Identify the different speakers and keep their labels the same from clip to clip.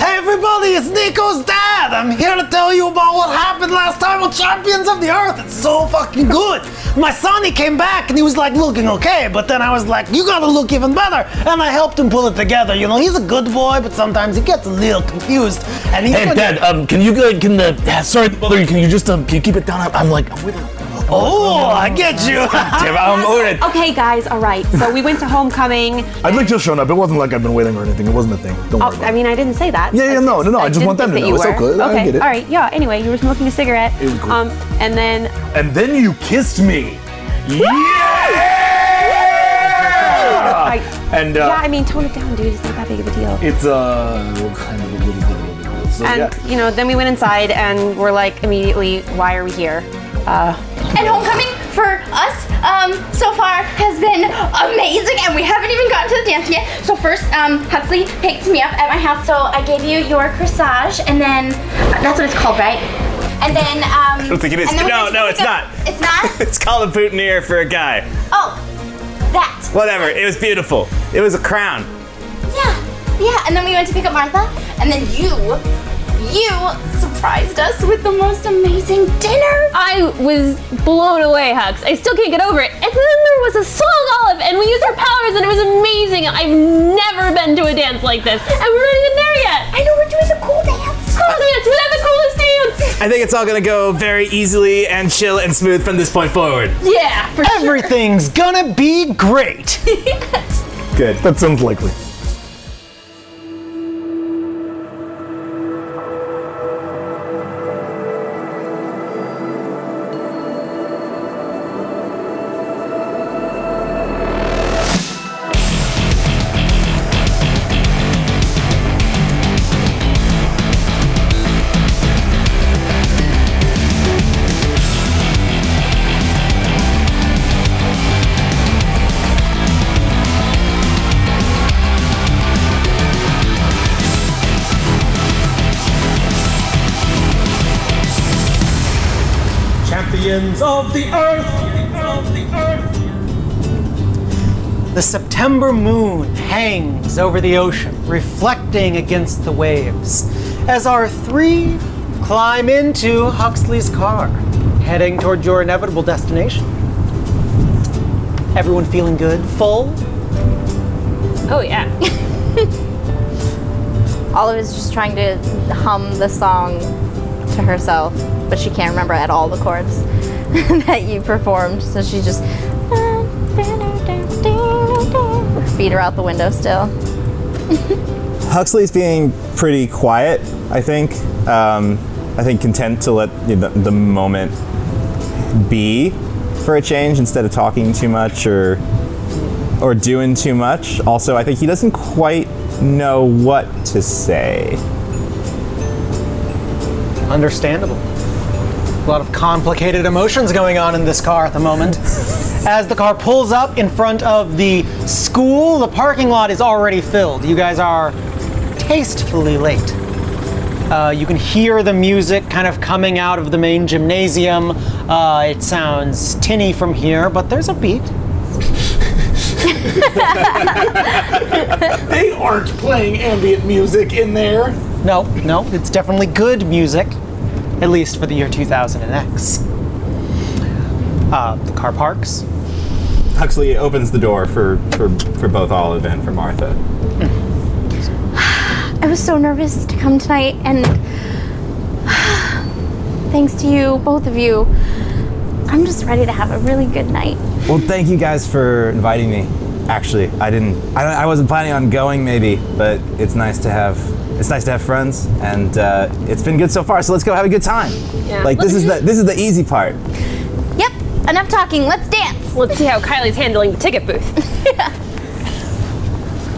Speaker 1: Hey everybody, it's Nico's dad! I'm here to tell you about what happened last time on Champions of the Earth. It's so fucking good. My son, he came back and he was like looking okay, but then I was like, you gotta look even better. And I helped him pull it together. You know, he's a good boy, but sometimes he gets a little confused. And he's
Speaker 2: Hey,
Speaker 1: gonna-
Speaker 2: Dad. Um, can you uh, can the yeah, sorry to bother you? Can you just um, can you keep it down? I'm, I'm like, I'm with
Speaker 1: Oh, I get you.
Speaker 2: I'm over it.
Speaker 3: Okay, guys, all right. So we went to homecoming.
Speaker 2: I'd like just shown up. It wasn't like I've been waiting or anything. It wasn't a thing. Don't
Speaker 3: Oh, I mean, I didn't say that.
Speaker 2: Yeah, yeah, no, no, no, I just
Speaker 3: didn't
Speaker 2: want them
Speaker 3: think
Speaker 2: to
Speaker 3: that
Speaker 2: know.
Speaker 3: you
Speaker 2: It's
Speaker 3: were.
Speaker 2: okay, I
Speaker 3: Okay.
Speaker 2: get it.
Speaker 3: All right. Yeah. Anyway, you were smoking a cigarette.
Speaker 2: It was cool.
Speaker 3: Um, and then
Speaker 2: and then you kissed me. Yeah.
Speaker 3: I,
Speaker 2: And uh,
Speaker 3: yeah, I mean, tone it down, dude. It's not that big of a deal.
Speaker 2: it's uh kind of a little bit. of a big deal. So,
Speaker 3: and
Speaker 2: yeah.
Speaker 3: you know, then we went inside and we're like immediately, why are we here? Uh,
Speaker 4: And homecoming for us um, so far has been amazing, and we haven't even gotten to the dance yet. So first, um, Huxley picked me up at my house, so I gave you your corsage, and then that's what it's called, right? And then um, I
Speaker 5: don't think it is. No, no, it's not.
Speaker 4: It's not.
Speaker 5: It's called a boutonniere for a guy.
Speaker 4: oh, that.
Speaker 5: Whatever. It was beautiful. It was a crown.
Speaker 4: Yeah, yeah. And then we went to pick up Martha, and then you, you surprised us with the most amazing dinner.
Speaker 6: I was blown away, Hux. I still can't get over it. And then there was a song olive, and we used our powers, and it was amazing. I've never been to a dance like this, and we're not even there yet.
Speaker 4: I know we're doing a cool dance.
Speaker 6: Cool dance, we have the coolest dance.
Speaker 5: I think it's all gonna go very easily and chill and smooth from this point forward.
Speaker 4: Yeah, for
Speaker 1: Everything's gonna be great.
Speaker 2: good. That sounds likely.
Speaker 7: Champions of the earth, of the earth.
Speaker 1: The September moon hangs over the ocean, reflecting against the waves, as our three climb into Huxley's car, heading toward your inevitable destination. Everyone feeling good? Full?
Speaker 6: Oh yeah.
Speaker 8: Olive is just trying to hum the song to herself, but she can't remember at all the chords that you performed. So she's just feet are out the window still.
Speaker 9: Huxley's being pretty quiet, I think. Um, I think content to let the, the moment be for a change instead of talking too much or or doing too much. Also, I think he doesn't quite know what to say.
Speaker 1: Understandable. A lot of complicated emotions going on in this car at the moment. As the car pulls up in front of the school, the parking lot is already filled. You guys are tastefully late. Uh, you can hear the music kind of coming out of the main gymnasium. Uh, it sounds tinny from here, but there's a beat.
Speaker 7: They aren't playing ambient music in there.
Speaker 1: No, no, it's definitely good music, at least for the year 2000X. Uh, the car parks.
Speaker 9: Huxley opens the door for for, for both Olive and for Martha.
Speaker 4: I was so nervous to come tonight, and thanks to you, both of you, I'm just ready to have a really good night.
Speaker 9: Well, thank you guys for inviting me. Actually, I didn't. I, don't- I wasn't planning on going, maybe, but it's nice to have. It's nice to have friends, and uh, it's been good so far. So let's go have a good time.
Speaker 6: Yeah.
Speaker 9: Like this
Speaker 6: Let's
Speaker 9: is the
Speaker 6: just-
Speaker 9: this is the easy part.
Speaker 4: Yep, enough talking, let's dance.
Speaker 6: Let's see how Kylie's handling the ticket booth.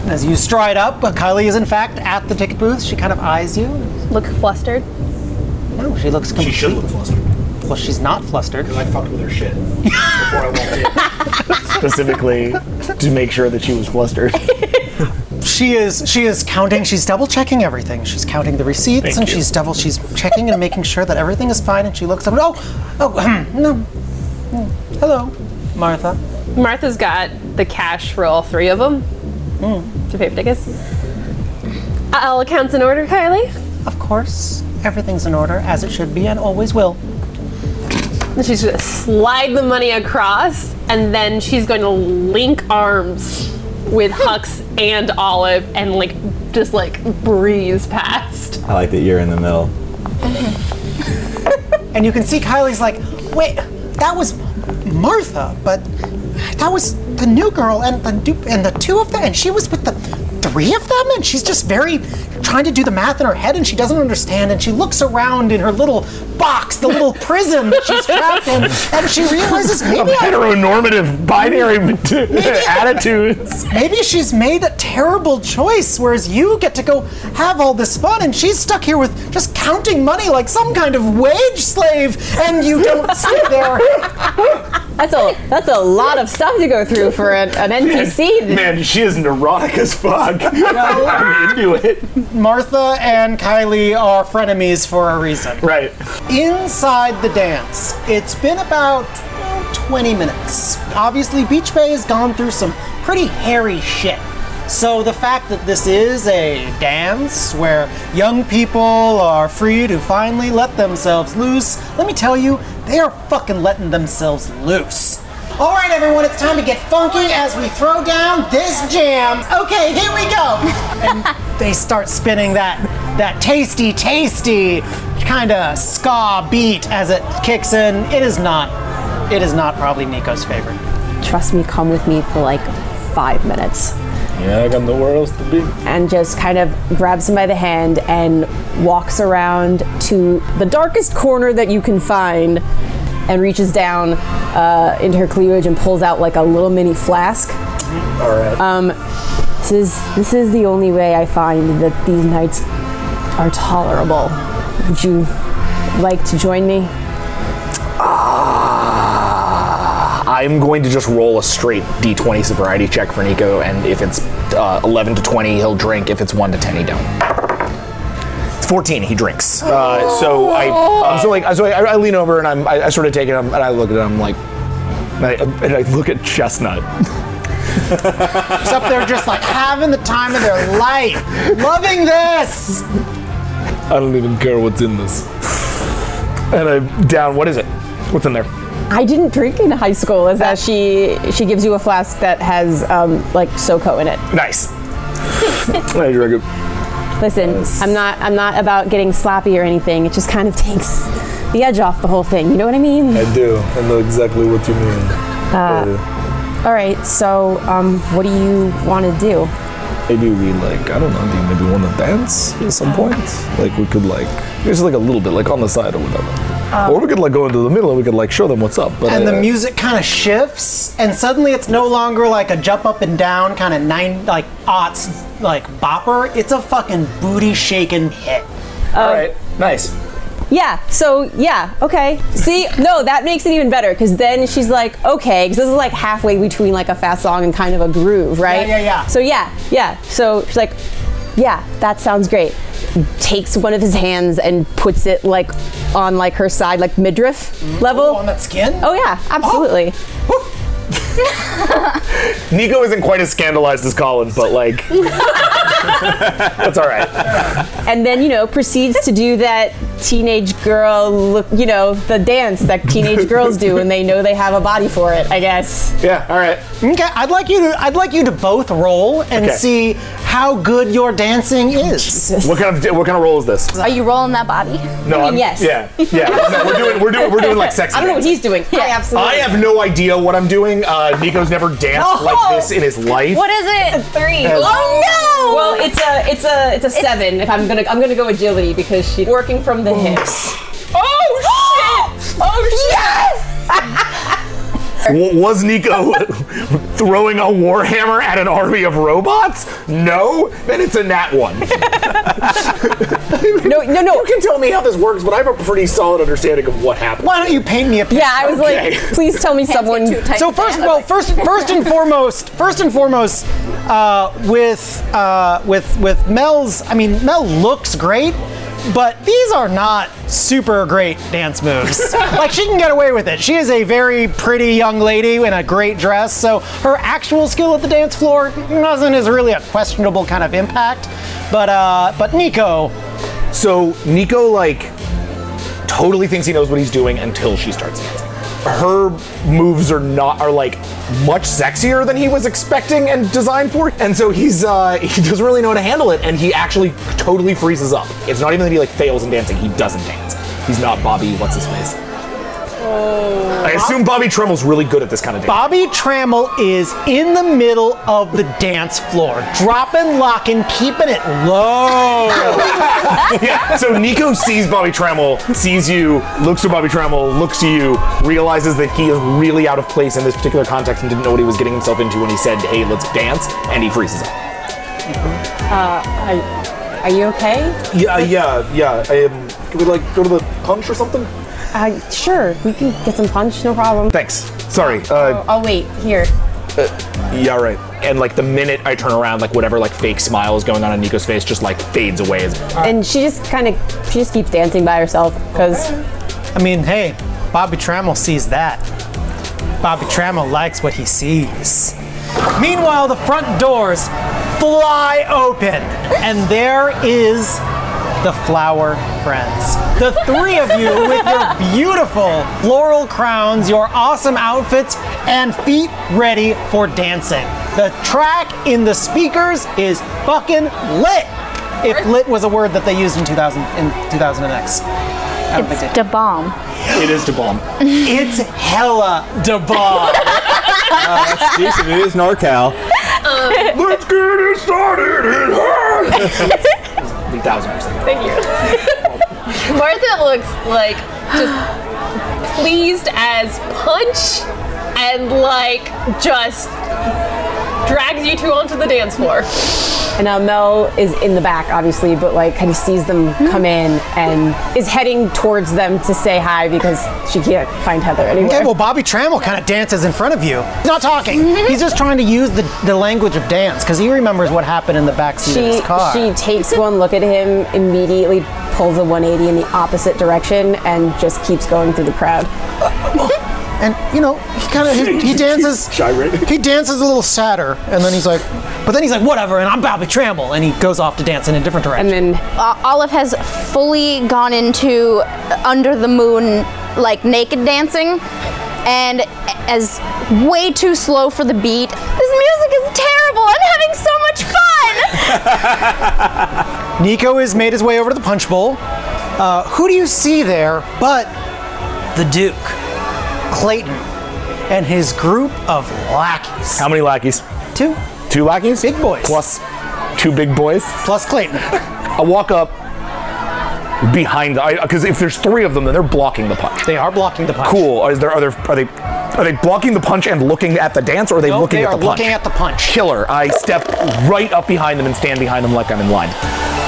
Speaker 1: As you stride up, uh, Kylie is in fact at the ticket booth. She kind of eyes you.
Speaker 6: Look flustered.
Speaker 1: No, she looks. Com-
Speaker 7: She should look flustered.
Speaker 1: well, she's not flustered.
Speaker 7: I fucked with her shit before I walked in. Specifically to make sure that she was flustered.
Speaker 1: She is. She is counting. She's double checking everything. She's counting the receipts
Speaker 7: Thank
Speaker 1: and
Speaker 7: you.
Speaker 1: she's double. She's checking and making sure that everything is fine. And she looks up. And, oh, oh, no. Hmm. Hello, Martha.
Speaker 6: Martha's got the cash for all three of them. to pay for tickets. All accounts in order, Kylie.
Speaker 1: Of course, everything's in order, as it should be and always will.
Speaker 6: And She's gonna slide the money across, and then she's going to link arms with Hux and Olive, and like just like breeze past.
Speaker 9: I like that you're in the middle.
Speaker 1: And you can see Kylie's like, wait, that was Martha, but that was the new girl and the du- and the two of them, and she was with the three of them, and she's just very trying to do the math in her head, and she doesn't understand, and she looks around in her little box, the little prison that she's trapped in, and she realizes maybe I
Speaker 7: Heteronormative binary attitudes.
Speaker 1: Maybe she's made a terrible choice, whereas you get to go have all this fun, and she's stuck here with just counting money like some kind of wage slave, and you don't sit there.
Speaker 10: That's a that's a lot of stuff to go through for an, an NPC.
Speaker 7: Man, she is neurotic as fuck. I'm into it.
Speaker 1: Martha and Kylie are frenemies for a reason.
Speaker 7: Right.
Speaker 1: Inside the dance, it's been about well, 20 minutes. Obviously, Beach Bay has gone through some pretty hairy shit. So, the fact that this is a dance where young people are free to finally let themselves loose, let me tell you, they are fucking letting themselves loose. All right, everyone, it's time to get funky as we throw down this jam. Okay, here we go. and they start spinning that that tasty, tasty kind of ska beat as it kicks in. It is not. It is not probably Nico's favorite.
Speaker 10: Trust me, come with me for like five minutes.
Speaker 7: Yeah, I got nowhere else to be.
Speaker 10: and just kind of grabs him by the hand and walks around to the darkest corner that you can find and reaches down uh, into her cleavage and pulls out like a little mini flask. Um,
Speaker 7: All right.
Speaker 10: This is, this is the only way I find that these nights are tolerable. Would you like to join me?
Speaker 7: I'm going to just roll a straight D20 sobriety check for Nico, and if it's uh, 11 to 20, he'll drink. If it's 1 to 10, he don't. It's 14. He drinks. Uh, so I, uh, so like, so I, I lean over and I'm, I, I sort of take it and I look at him like, and I, and I look at Chestnut.
Speaker 1: It's up there just like having the time of their life, loving this.
Speaker 7: I don't even care what's in this. And I'm down. What is it? What's in there?
Speaker 10: I didn't drink in high school. Is that she? She gives you a flask that has um, like SoCo in it.
Speaker 7: Nice. I drink it.
Speaker 10: Listen, I'm not I'm not about getting sloppy or anything. It just kind of takes the edge off the whole thing. You know what I mean?
Speaker 7: I do. I know exactly what you mean.
Speaker 10: All right. So, um, what do you want to do?
Speaker 7: Maybe we like I don't know. Do you maybe want to dance at some point? Like we could like just like a little bit, like on the side or whatever. or we could like go into the middle and we could like show them what's up. But uh,
Speaker 1: And
Speaker 7: I-
Speaker 1: the music kind of shifts, and suddenly it's no longer like a jump up and down kind of nine like aughts like bopper. It's a fucking booty shaking hit.
Speaker 7: all right, nice.
Speaker 10: Yeah. So, yeah. Okay. See, no, that makes it even better because then she's like, okay, because this is like halfway between like a fast song and kind of a groove, right?
Speaker 1: yeah, yeah.
Speaker 10: So yeah, yeah. So she's like, yeah, that sounds great. Takes one of his hands and puts it like on like her side, like midriff level.
Speaker 1: Oh, on Oh. that skin.
Speaker 10: Oh yeah, absolutely.
Speaker 7: Nico isn't quite as scandalized as Colin, but like that's all right.
Speaker 10: And then you know proceeds to do that teenage girl look, you know, the dance that teenage girls do when they know they have a body for it. I guess.
Speaker 7: Yeah, all right.
Speaker 1: Okay, I'd like you to I'd like you to both roll and
Speaker 7: Okay.
Speaker 1: see how good your dancing is.
Speaker 7: What kind of what kind of role is this?
Speaker 8: Are you rolling that body?
Speaker 7: No,
Speaker 10: I mean, yes.
Speaker 7: Yeah, yeah. No, we're doing we're doing we're doing like sex.
Speaker 10: I don't know what he's doing. I absolutely.
Speaker 7: I have no idea what I'm doing. Uh, Nico's never danced like this in his life.
Speaker 8: What is it? Three.
Speaker 10: Oh no! Well, it's a it's a it's a seven. If I'm gonna I'm gonna go agility because she's working from the hips. Oh shit! Oh yes!
Speaker 7: W- was Nico throwing a warhammer at an army of robots? No, then it's a nat one.
Speaker 10: No no no.
Speaker 7: You can tell me how this works, but I have a pretty solid understanding of what happened.
Speaker 1: Why don't you paint me a picture?
Speaker 10: Yeah, I was
Speaker 7: Okay.
Speaker 10: like, please tell me someone.
Speaker 1: So first, well, first, first and foremost, first and foremost, uh, with uh, with with Mel's, I mean, Mel looks great, but these are not super great dance moves. like she can get away with it. She is a very pretty young lady in a great dress, so her actual skill at the dance floor doesn't is really a questionable kind of impact. But uh, but Nico,
Speaker 7: So Nico like totally thinks he knows what he's doing until she starts dancing. Her moves are not are like much sexier than he was expecting and designed for, and so he's uh, he doesn't really know how to handle it, and he actually totally freezes up. It's not even that he like fails in dancing; he doesn't dance. He's not Bobby. What's his face? I assume Bobby Tremmel's really good at this kind of dance.
Speaker 1: Bobby Trammell is in the middle of the dance floor, dropping, locking, keeping it low.
Speaker 7: Oh! yeah. So Nico sees Bobby Trammell, sees you, looks to Bobby Trammell, looks to you, realizes that he is really out of place in this particular context and didn't know what he was getting himself into when he said, "Hey, let's dance," and he freezes up.
Speaker 10: Uh, are, are you okay?
Speaker 7: Yeah, uh, yeah, yeah. Um, can we like go to the punch or something?
Speaker 10: Uh, sure, we can get some punch, no problem.
Speaker 7: Thanks. Sorry. Uh,
Speaker 10: Oh, wait, here.
Speaker 7: yeah, all right. And like the minute I turn around, like whatever like fake smile is going on in Nico's face just like fades away. As
Speaker 10: And she just kind of, she just keeps dancing by herself because
Speaker 1: I mean, hey, Bobby Trammell sees that. Bobby Trammell likes what he sees. Meanwhile, the front doors fly open, and there is the flower friends. The three of you with your beautiful floral crowns, your awesome outfits, and feet ready for dancing. The track in the speakers is fucking lit. If lit was a word that they used in 2000 in 2000 and X. I don't think they
Speaker 8: It's da bomb.
Speaker 7: it is to bomb.
Speaker 1: it's hella debauch.
Speaker 9: Decent, it is NorCal.
Speaker 7: Let's get it started in here. Thousand percent.
Speaker 6: Thank you. Martha looks like just pleased as punch and like just drags you two onto the dance floor.
Speaker 10: And now Mel is in the back, obviously, but like kind of sees them
Speaker 1: Hmm?
Speaker 10: come in and is heading towards them to say hi because she can't find Heather anywhere.
Speaker 1: Okay, well, Bobby Trammell kind of dances in front of you. He's not talking. He's just trying to use the, the language of dance because he remembers what happened in the backseat of
Speaker 10: she
Speaker 1: his car.
Speaker 10: she takes one look at him, immediately pulls a 180 in the opposite direction, and just keeps going through the crowd.
Speaker 1: and you know, he kind of he, he dances.
Speaker 7: Gyrating.
Speaker 1: He dances a little sadder, and then he's like, but then he's like, whatever. And I'm Bobby Trammell, and he goes off to dance in a different direction.
Speaker 10: And then
Speaker 8: Uh, Olive has fully gone into uh, under the moon, like naked dancing, and as way too slow for the beat. This music is terrible. I'm having so much fun.
Speaker 1: Nico has made his way over to the punch bowl. Uh, who do you see there but the Duke, Clayton, and his group of lackeys?
Speaker 7: How many lackeys?
Speaker 1: Two
Speaker 7: Two lackeys.
Speaker 1: big boys
Speaker 7: plus two big boys.
Speaker 1: plus Clayton.
Speaker 7: I walk up behind the because if there's three of them, then they're blocking the punch.
Speaker 1: They are blocking the punch.
Speaker 7: Cool. Is there are there are they are they blocking the punch and looking at the dance, or are they
Speaker 1: No,
Speaker 7: looking
Speaker 1: they
Speaker 7: at
Speaker 1: are
Speaker 7: the punch?
Speaker 1: looking at the punch.
Speaker 7: Killer. I step right up behind them and stand behind them like I'm in line.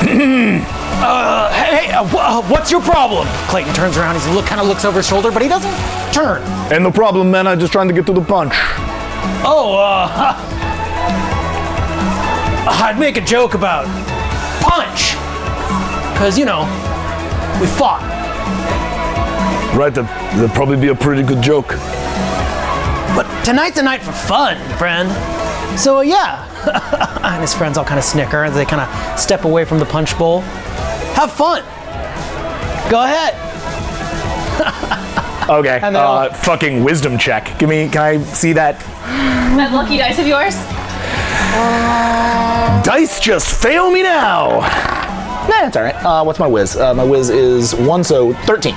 Speaker 1: Uh, hey, uh, wh- uh, what's your problem? Clayton turns around. He look kind of looks over his shoulder, but he doesn't turn.
Speaker 7: And no problem, man. I'm just trying to get to the punch.
Speaker 1: Oh, uh, huh. I'd make a joke about punch, cause you know we fought.
Speaker 2: Right, that, that'd probably be a pretty good joke.
Speaker 1: But tonight's a night for fun, friend. So uh, yeah, and his friends all kind of snicker as they kind of step away from the punch bowl. Have fun. Go ahead.
Speaker 7: Okay.
Speaker 1: And they're all-
Speaker 7: Uh, fucking wisdom check. Give me. Can I see that?
Speaker 6: That lucky dice of yours.
Speaker 7: Uh, Dice just fail me now. Nah, it's all right. Uh, what's my whiz? Uh, my whiz is one, so thirteen.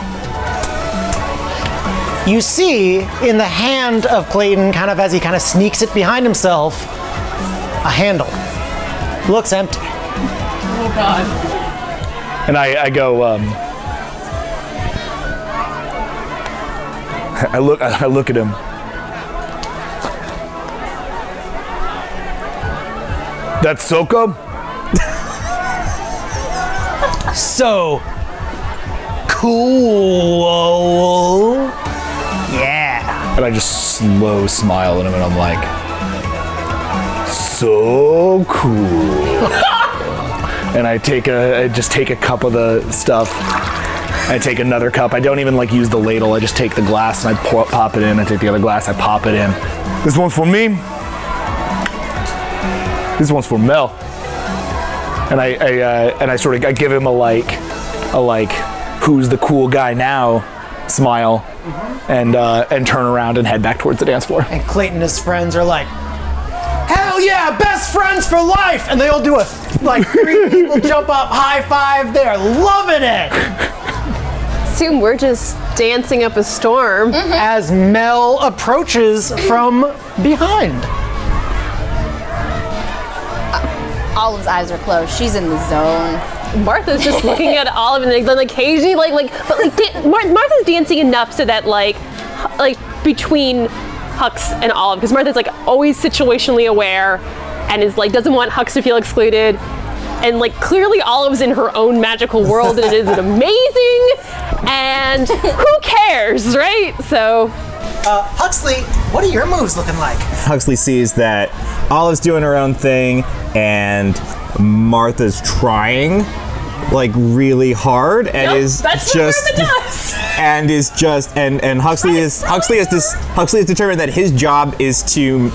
Speaker 1: You see in the hand of Clayton, kind of as he kind of sneaks it behind himself, a handle. Looks empty.
Speaker 7: And I, I go, um, I look, I look at him. That's Soka?
Speaker 1: So cool. Yeah.
Speaker 7: And I just slow smile at him and I'm like, so cool. and I take a I just take a cup of the stuff. I take another cup. I don't even like use the ladle. I just take the glass and I pour, pop it in. I take the other glass. I pop it in. This one's for me. This one's for Mel. And I, I uh, and I sort of I give him a like a like who's the cool guy now smile and uh, and turn around and head back towards the dance floor.
Speaker 1: And Clayton and his friends are like, hell yeah, best friends for life! And they all do a, like, three people jump up, high five, they're loving it!
Speaker 6: Soon we're just dancing up a storm.
Speaker 1: As Mel approaches from behind.
Speaker 8: Olive's eyes are closed. She's in the zone.
Speaker 6: Martha's just looking at Olive and then occasionally like like but like dan- Mar- Martha's dancing enough so that like H- like between Hux and Olive because Martha's like always situationally aware and is like doesn't want Hux to feel excluded and like clearly Olive's in her own magical world and it is amazing and who cares right so
Speaker 1: Uh, Huxley, what are your moves looking like?
Speaker 9: Huxley sees that Olive's doing her own thing and Martha's trying like really hard and
Speaker 6: Nope,
Speaker 9: is
Speaker 6: that's what
Speaker 9: just
Speaker 6: Martha does.
Speaker 9: and is just and and Huxley is Huxley is this Huxley is determined that his job is to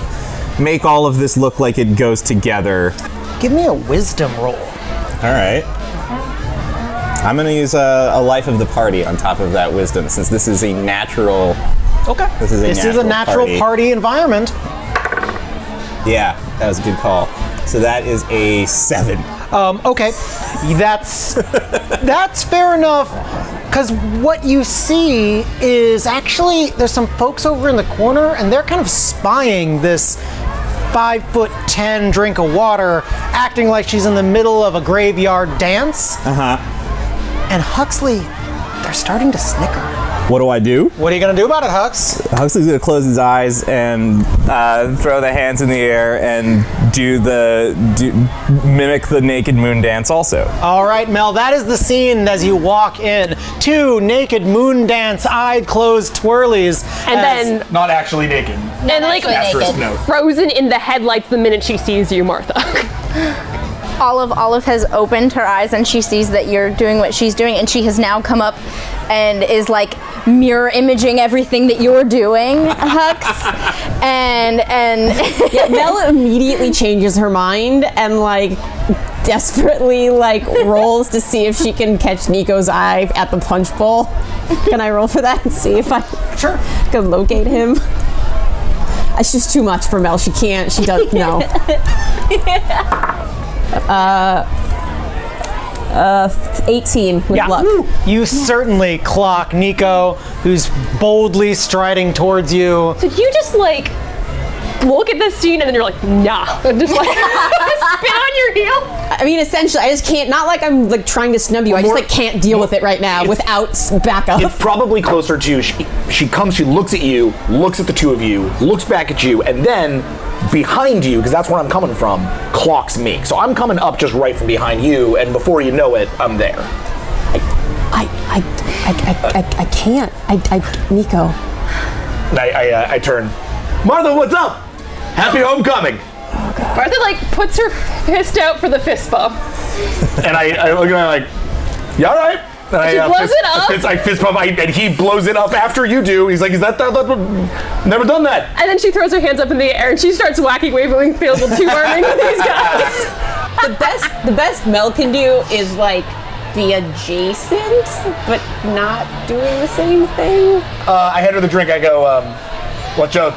Speaker 9: make all of this look like it goes together.
Speaker 1: Give me a wisdom roll.
Speaker 9: All right. I'm gonna use a, a life of the party on top of that wisdom, since this is a natural.
Speaker 1: Okay.
Speaker 9: This is a
Speaker 1: This is
Speaker 9: natural,
Speaker 1: a natural party. environment.
Speaker 9: Yeah, that was a good call. So that is a seven.
Speaker 1: Um, okay, that's that's fair enough. Because what you see is actually there's some folks over in the corner, and they're kind of spying this five foot ten drink of water, acting like she's in the middle of a graveyard dance.
Speaker 9: Uh-huh.
Speaker 1: Uh huh. And Huxley, they're starting to snicker.
Speaker 9: What do I do?
Speaker 1: What are you gonna do about it, Hux?
Speaker 9: Huxley's gonna close his eyes and uh, throw the hands in the air and do the do, mimic the naked moon dance. Also,
Speaker 7: Uh,
Speaker 1: All right, Mel, that is the scene as you walk in. Two naked moon dance, eyed closed twirlies.
Speaker 6: and
Speaker 1: as-
Speaker 6: then
Speaker 7: Not actually naked.
Speaker 6: and like
Speaker 7: Asterisk note.
Speaker 6: frozen in the headlights the minute she sees you Martha
Speaker 8: Olive Olive has opened her eyes and she sees that you're doing what she's doing and she has now come up and is like mirror imaging everything that you're doing, Hux. and and
Speaker 10: Yeah, Mel immediately changes her mind and like desperately like rolls to see if she can catch Nico's eye at the punch bowl. Can I roll for that and see if I sure can locate him? It's just too much for Mel. She can't. She does no. Uh, uh, 18 with luck.
Speaker 1: You certainly clock Nico, who's boldly striding towards you.
Speaker 6: Did you just like look at this scene and then you're like, nah, and just like spit on your heel?
Speaker 10: I mean, essentially, I just can't. Not like I'm like trying to snub you. I just like can't deal with it right now without s- backup.
Speaker 7: It's probably closer to she, she comes, she looks at you, looks at the two of you, looks back at you, and then behind you, because that's where I'm coming from, clocks me. So I'm coming up just right from behind you, and before you know it, I'm there.
Speaker 10: I, I, I, I, I, I can't. I, I, Nico.
Speaker 7: And I, I, uh, I turn, Martha, what's up? Happy homecoming!
Speaker 6: Martha like puts her fist out for the fist bump.
Speaker 7: And I, I look at him like, you all right? And I, uh,
Speaker 6: She blows
Speaker 7: fist,
Speaker 6: it up.
Speaker 7: Fist, I fist bump, I, and he blows it up after you do. He's like, is that, that, that never done that.
Speaker 6: And then she throws her hands up in the air and she starts whacking, waving, field with two arming these guys.
Speaker 10: The best, the best Mel can do is like be adjacent, but not doing the same thing.
Speaker 7: Uh, I hand her the drink. I go, um, watch out.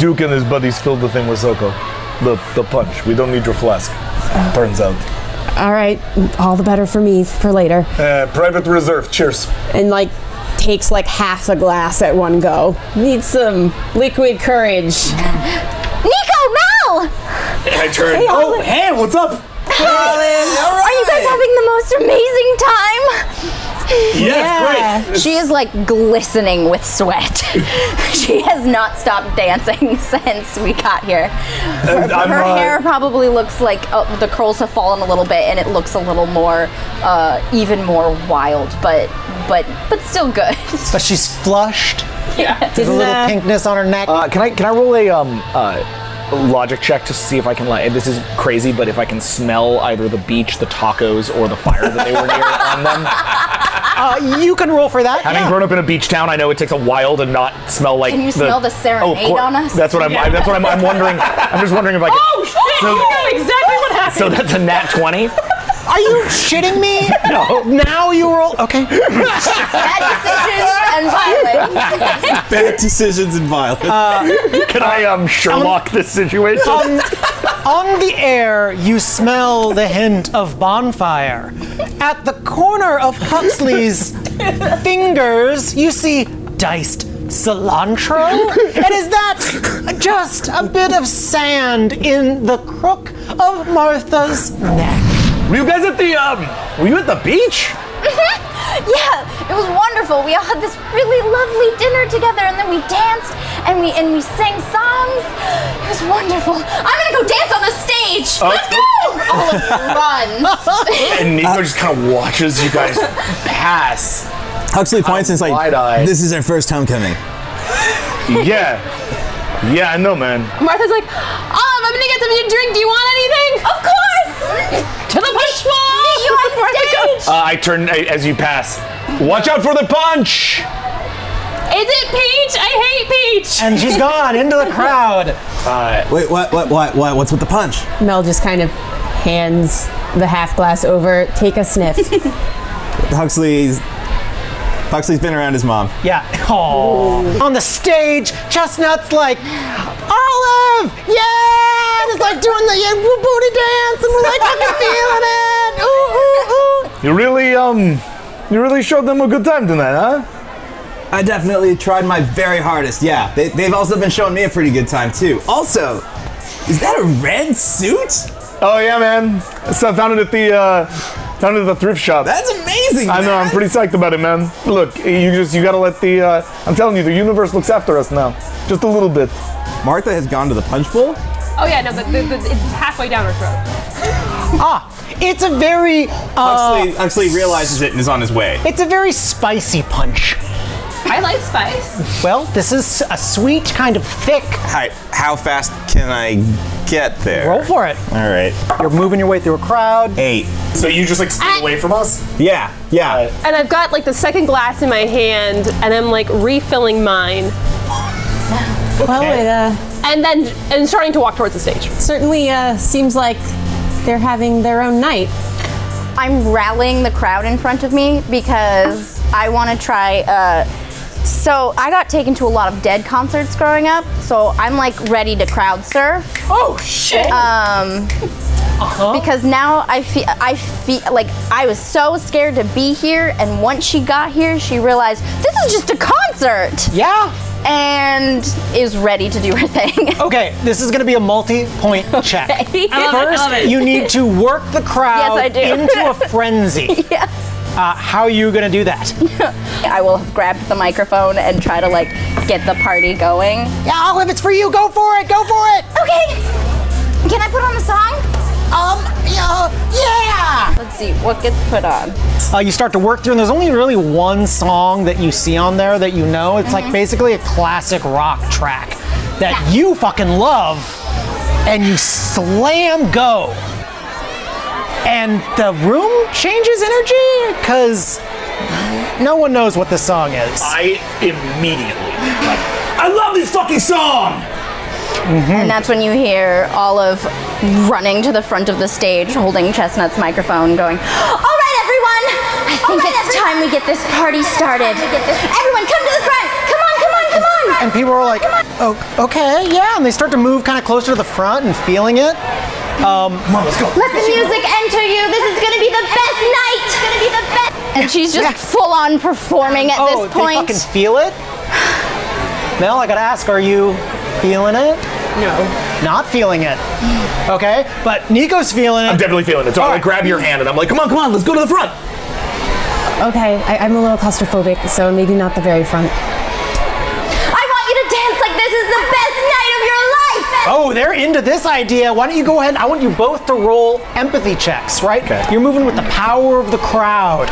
Speaker 7: Duke and his buddies filled the thing with Soko. The, the punch. We don't need your flask. Turns out.
Speaker 10: All right, all the better for me for later.
Speaker 7: Uh, private reserve. Cheers.
Speaker 10: And like takes like half a glass at one go. Need some liquid courage.
Speaker 8: Nico, Mel!
Speaker 7: And I turn.
Speaker 10: Hey,
Speaker 7: oh,
Speaker 10: Olive.
Speaker 7: hey, what's up?
Speaker 8: Are you guys having the most amazing time?
Speaker 7: Yes, great.
Speaker 8: She is like glistening with sweat. she has not stopped dancing since we got here. Her,
Speaker 7: And I'm,
Speaker 8: her
Speaker 7: uh,
Speaker 8: hair probably looks like oh, the curls have fallen a little bit, and it looks a little more, uh, even more wild, but but but still good.
Speaker 1: But she's flushed. Yeah. There's a little
Speaker 10: uh,
Speaker 1: pinkness on her neck.
Speaker 7: Uh, can I can I roll a um uh logic check to see if I can like this is crazy, but if I can smell either the beach, the tacos, or the fire that they were near on them.
Speaker 1: Uh, you can roll for that.
Speaker 7: Having
Speaker 1: yeah.
Speaker 7: grown up in a beach town, I know it takes a while to not smell like.
Speaker 4: Can you smell the serenade
Speaker 7: oh, of cour-
Speaker 4: on us?
Speaker 7: That's what I'm. I- that's what I'm, I'm wondering. I'm just wondering if I. Can,
Speaker 6: Oh shit!
Speaker 7: So-
Speaker 6: you know exactly what happened.
Speaker 7: so that's a nat twenty.
Speaker 1: Are you shitting me?
Speaker 7: No.
Speaker 1: Now you roll. Okay.
Speaker 4: Bad decisions and violence.
Speaker 9: Bad decisions and violence.
Speaker 7: Uh, Can I um Sherlock this situation?
Speaker 1: on, on the air, you smell the hint of bonfire. At the corner of Huxley's fingers, you see diced cilantro. And is that just a bit of sand in the crook of Martha's neck?
Speaker 7: were you guys at the um? Were you at the beach?
Speaker 4: yeah, it was wonderful. We all had this really lovely dinner together, and then we danced and we and we sang songs. It was wonderful. I'm gonna go dance on the stage. Let's go! All of you run.
Speaker 7: And Nico just kind of watches you guys Uh, pass.
Speaker 9: Huxley points and is
Speaker 7: wide-eyed.
Speaker 9: like, "This is our first homecoming."
Speaker 7: Yeah. Yeah, I know, man. Uh,
Speaker 6: Martha's like, um, I'm gonna get something to drink. Do you want anything?
Speaker 4: of course.
Speaker 6: To the push wall.
Speaker 4: Meet you on
Speaker 6: Martha goes,
Speaker 4: stage.
Speaker 7: Uh, I turn I, as you pass. Watch out for the punch!
Speaker 6: Is it peach? I hate peach.
Speaker 1: And she's gone into the crowd.
Speaker 9: Wait, what? What? What? what what's with the punch?
Speaker 10: Mel just kind of hands the half glass over. Take a sniff.
Speaker 9: Huxley's Huxley's been around his mom.
Speaker 1: Yeah. Aww. On the stage, Chestnut's like, Olive! Yeah! And it's like doing the yeah, woo booty dance, and we're like, fucking feeling it! Ooh, ooh, ooh!
Speaker 7: You really, um, you really showed them a good time tonight, huh?
Speaker 9: I definitely tried my very hardest. Yeah, they, they've also been showing me a pretty good time too. Also, is that a red suit?
Speaker 7: Oh yeah, man. So I found it at the, uh, found it at the thrift shop.
Speaker 9: That's amazing.
Speaker 7: I know. I'm
Speaker 9: man.
Speaker 7: pretty psyched about it, man. Look, you just, you gotta let the, uh, I'm telling you, the universe looks after us now, just a little bit.
Speaker 9: Martha has gone to the punch bowl.
Speaker 6: oh yeah, no, the, the, the, it's halfway down her throat.
Speaker 1: Ah, it's a very, uh,
Speaker 9: Huxley, Huxley realizes it and is on his way.
Speaker 1: it's a very spicy punch.
Speaker 6: I like spice.
Speaker 1: Well, this is a sweet, kind of thick.
Speaker 9: Hi, how fast can I get there?
Speaker 1: Roll for it.
Speaker 9: All right,
Speaker 1: You're moving your way through a crowd.
Speaker 9: eight.
Speaker 7: So you just like stay away from us?
Speaker 9: Yeah, yeah.
Speaker 6: And I've got like the second glass in my hand, and I'm like refilling mine,
Speaker 10: Well, it uh,
Speaker 6: and then and starting to walk towards the stage.
Speaker 10: certainly uh, seems like they're having their own night.
Speaker 8: I'm rallying the crowd in front of me because I want to try. Uh, so I got taken to a lot of Dead concerts growing up, so I'm like ready to crowd surf.
Speaker 6: Oh shit! Uh-huh.
Speaker 8: Um, Because now I feel I feel like I was so scared to be here, and once she got here, she realized this is just a concert,
Speaker 1: Yeah.
Speaker 8: and is ready to do her thing.
Speaker 1: Okay, this is gonna be a multi-point check.
Speaker 6: Uh-huh.
Speaker 1: First, you need to work the crowd
Speaker 8: Yes, I do.
Speaker 1: into a frenzy.
Speaker 8: Yeah.
Speaker 1: Uh, how are you gonna do that?
Speaker 8: I will have grabbed the microphone and try to like get the party going.
Speaker 1: Yeah, Olive, it's for you. Go for it. Go for it.
Speaker 4: Okay. Can I put on a song?
Speaker 1: Um, yeah.
Speaker 8: Let's see what gets put on.
Speaker 1: Uh, you start to work through, and there's only really one song that you see on there that you know. It's
Speaker 4: Mm-hmm.
Speaker 1: like basically a classic rock track that you fucking love, and you slam go. And the room changes energy because no one knows what this song is.
Speaker 7: I immediately. Like, I love this fucking song. Hmm.
Speaker 8: And that's when you hear Olive running to the front of the stage, holding Chestnut's microphone, going,
Speaker 4: All right, everyone. I
Speaker 8: think it's time we get this party started.
Speaker 4: Everyone, come to the front. Come on, come on, come on.
Speaker 1: And people are like, oh, okay, yeah. And they start to move kind of closer to the front and feeling it.
Speaker 4: Let the music enter you. This is gonna be the best night. It's gonna be the best.
Speaker 8: And she's just full on performing at
Speaker 1: oh,
Speaker 8: this point.
Speaker 1: they fucking feel it? Mel, I gotta ask, are you feeling it? No. Not feeling it. Okay, but Nico's feeling
Speaker 7: I'm
Speaker 1: it.
Speaker 7: definitely feeling it. So I like, grab your hand and I'm like, come on, come on, let's go to the front.
Speaker 10: Okay, I, I'm a little claustrophobic, so maybe not the very front.
Speaker 4: I want you to dance like this is the best night of your life.
Speaker 1: Oh, they're into this idea. Why don't you go ahead? I want you both to roll empathy checks, right?
Speaker 7: Okay.
Speaker 1: You're moving with the power of the crowd.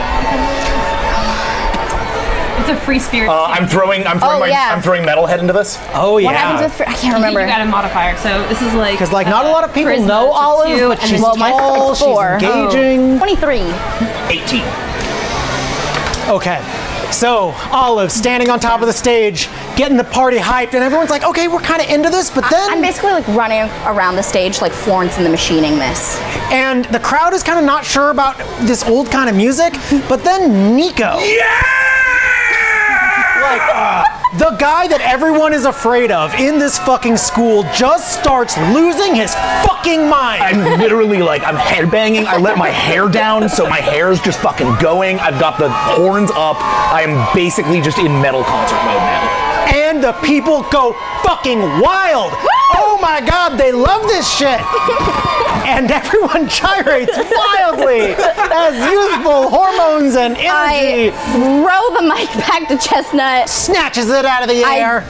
Speaker 11: It's a free spirit.
Speaker 7: Uh, I'm throwing. I'm throwing.
Speaker 11: Oh,
Speaker 7: my,
Speaker 11: yeah.
Speaker 7: I'm throwing metalhead into this.
Speaker 1: Oh
Speaker 11: yeah. happens with
Speaker 1: fr-
Speaker 8: I
Speaker 11: You- You got a modifier, so this is like
Speaker 1: 'Cause, like, not a lot of people
Speaker 11: charisma,
Speaker 1: know
Speaker 11: so
Speaker 1: Olive,
Speaker 11: two,
Speaker 1: but
Speaker 11: and
Speaker 1: she's
Speaker 11: then-
Speaker 1: tall, she's engaging.
Speaker 8: 23.
Speaker 7: 18.
Speaker 1: Okay. So, Olive standing on top of the stage, getting the party hyped, and everyone's like, okay, we're kind of into this, but then.
Speaker 8: I'm basically like running around the stage like Florence in the machining this.
Speaker 1: And the crowd is kind of not sure about this old kind of music, but then Nico. Yeah! Like, uh, the guy that everyone is afraid of in this fucking school just starts losing his fucking mind.
Speaker 7: I'm literally like I'm headbanging. I let my hair down, so my hair's just fucking going. I've got the horns up. I am basically just in metal concert mode now.
Speaker 1: and the people go fucking wild. Oh my god, they love this shit. and everyone gyrates wildly as youthful hormones and energy.
Speaker 8: Throw the mic back to Chestnut.
Speaker 1: Snatches it out of the air.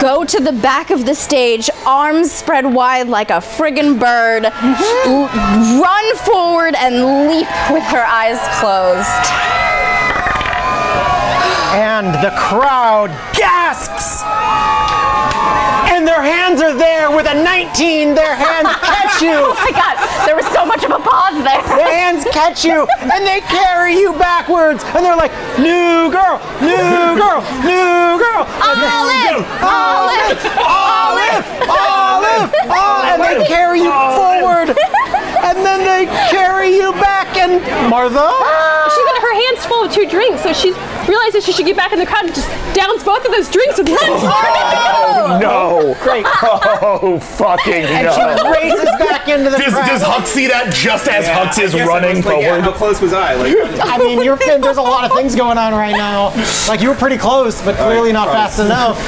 Speaker 8: Go to the back of the stage, arms spread wide like a friggin' bird. l- run forward and leap with her eyes closed.
Speaker 1: And the crowd gasps. And their hands are there with a 19. Their hands catch you. oh
Speaker 8: my god, there was so much of a pause there.
Speaker 1: Their hands catch you and they carry you backwards. And they're like, new girl, new girl, new girl. Olive, Olive, Olive, Olive, Olive. And they carry you forward. And then they carry you back. And Martha? Oh.
Speaker 6: She's got her hands full of two drinks, so she realizes she should get back in the crowd and just downs both of those drinks and runs.
Speaker 7: No.
Speaker 1: Great.
Speaker 7: Oh fucking
Speaker 6: And
Speaker 7: no.
Speaker 6: she
Speaker 1: races back into the
Speaker 7: does,
Speaker 1: crowd.
Speaker 7: Does Huck see that just as
Speaker 5: Yeah,
Speaker 7: Huck
Speaker 5: I
Speaker 7: is
Speaker 5: guess I
Speaker 7: running
Speaker 5: was like,
Speaker 7: forward?
Speaker 5: yeah, how close was I? Like,
Speaker 1: I mean, you're there's a lot of things going on right now. Like you were pretty close, but clearly not fast enough.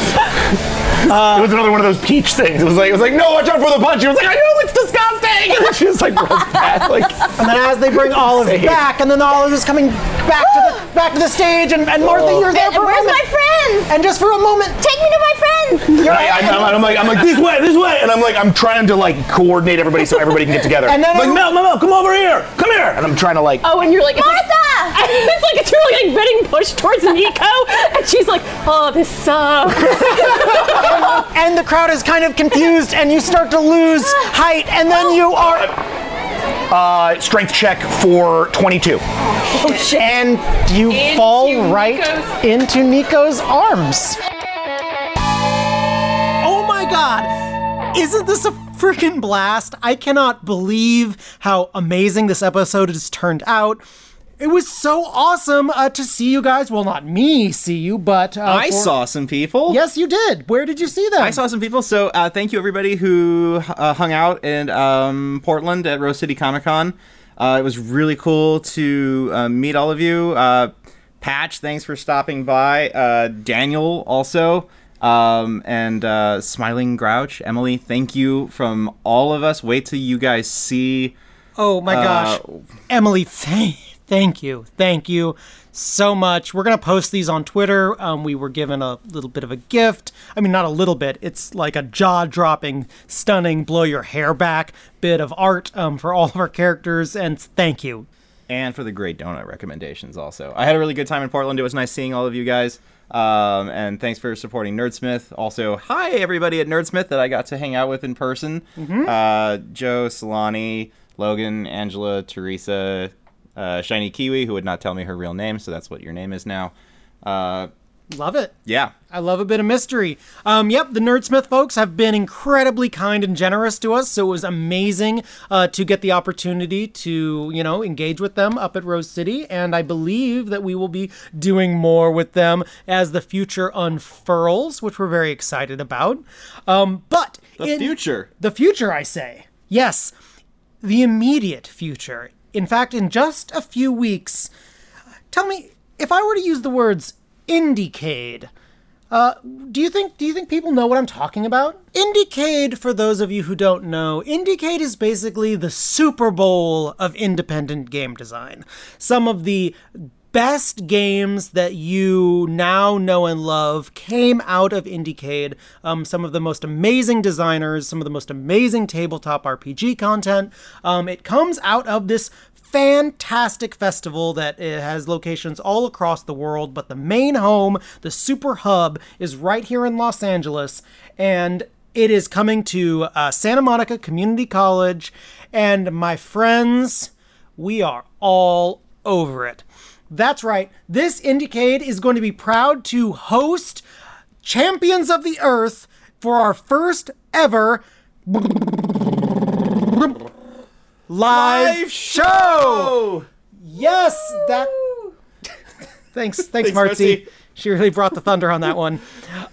Speaker 7: it was another one of those peach things. It was like it was like no, watch out for the punch. He was like I know it's disgusting, and then she just like runs back. Like
Speaker 1: And then as they bring Olive
Speaker 7: Save.
Speaker 1: back, and then Olive is coming back to the back to the stage, and, and Martha, you're there
Speaker 8: And
Speaker 1: for a
Speaker 8: where's
Speaker 1: moment.
Speaker 8: my friends?
Speaker 1: And just for a moment,
Speaker 8: Take me to my friends.
Speaker 1: You're
Speaker 7: I, I, I'm, I'm like I'm like this way, this way, and I'm like I'm trying to like coordinate everybody so everybody can get together.
Speaker 1: And then
Speaker 7: like
Speaker 1: I- Uh,
Speaker 7: Mel, Mel, Mel, come over here, come here, and I'm trying to like
Speaker 6: Oh, and you're like, it's like-
Speaker 8: Martha!
Speaker 6: it's like it's really like getting pushed towards Nico, and she's like, oh, this sucks.
Speaker 1: and the crowd is kind of confused, and you start to lose height, and then you are
Speaker 7: uh, strength check for 22.
Speaker 1: and you fall right into Nico's arms. Oh my god! Isn't this a freaking blast? I cannot believe how amazing this episode has turned out. It was so awesome uh, to see you guys. Well, not me see you, but uh,
Speaker 5: I
Speaker 1: for-
Speaker 5: saw some people.
Speaker 1: Yes, you did. Where did you see them?
Speaker 5: I saw some people. So uh, thank you everybody who uh, hung out in um, Portland at Rose City Comic Con. Uh, it was really cool to uh, meet all of you. Uh, Patch, thanks for stopping by. Uh, Daniel also. Um, and uh, Smiling Grouch, Emily, thank you from all of us. Wait till you guys see.
Speaker 1: Oh my gosh.
Speaker 5: Uh,
Speaker 1: Emily, th- thank you. Thank you so much. We're going to post these on Twitter. Um, we were given a little bit of a gift. I mean, not a little bit, it's like a jaw dropping, stunning, blow your hair back bit of art um, for all of our characters. And thank you.
Speaker 5: and for the great donut recommendations also i had a really good time in portland it was nice seeing all of you guys um, and thanks for supporting nerdsmith also hi everybody at nerdsmith that i got to hang out with in person uh, joe solani logan angela teresa uh, shiny kiwi who would not tell me her real name so that's what your name is now uh,
Speaker 1: Love it.
Speaker 5: yeah
Speaker 1: I love a bit of mystery. Um, yep, the Nerdsmith folks have been incredibly kind and generous to us, so it was amazing uh, to get the opportunity to, you know, engage with them up at Rose City, and I believe that we will be doing more with them as the future unfurls, which we're very excited about. Um, but
Speaker 5: the future
Speaker 1: the future, I say. Yes, the immediate future. In fact, in just a few weeks, tell me if I were to use the words indicade. Uh, do you think do you think people know what I'm talking about? Indicade, for those of you who don't know, Indicade is basically the Super Bowl of independent game design. Some of the best games that you now know and love came out of Indiecade. Um, some of the most amazing designers, some of the most amazing tabletop RPG content. Um, it comes out of this fantastic festival that uh, has locations all across the world, but the main home, the super hub, is right here in Los Angeles, and it is coming to uh, Santa Monica Community College. And my friends, we are all over it. That's right, this Indiecade is going to be proud to host Champions of the Earth for our first ever live, show. Yes, that. thanks, thanks,
Speaker 5: Thanks,
Speaker 1: Marcy. She really brought the thunder on that one.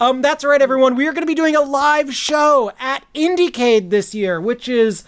Speaker 1: Um, that's right, everyone. We are going to be doing a live show at Indiecade this year, which is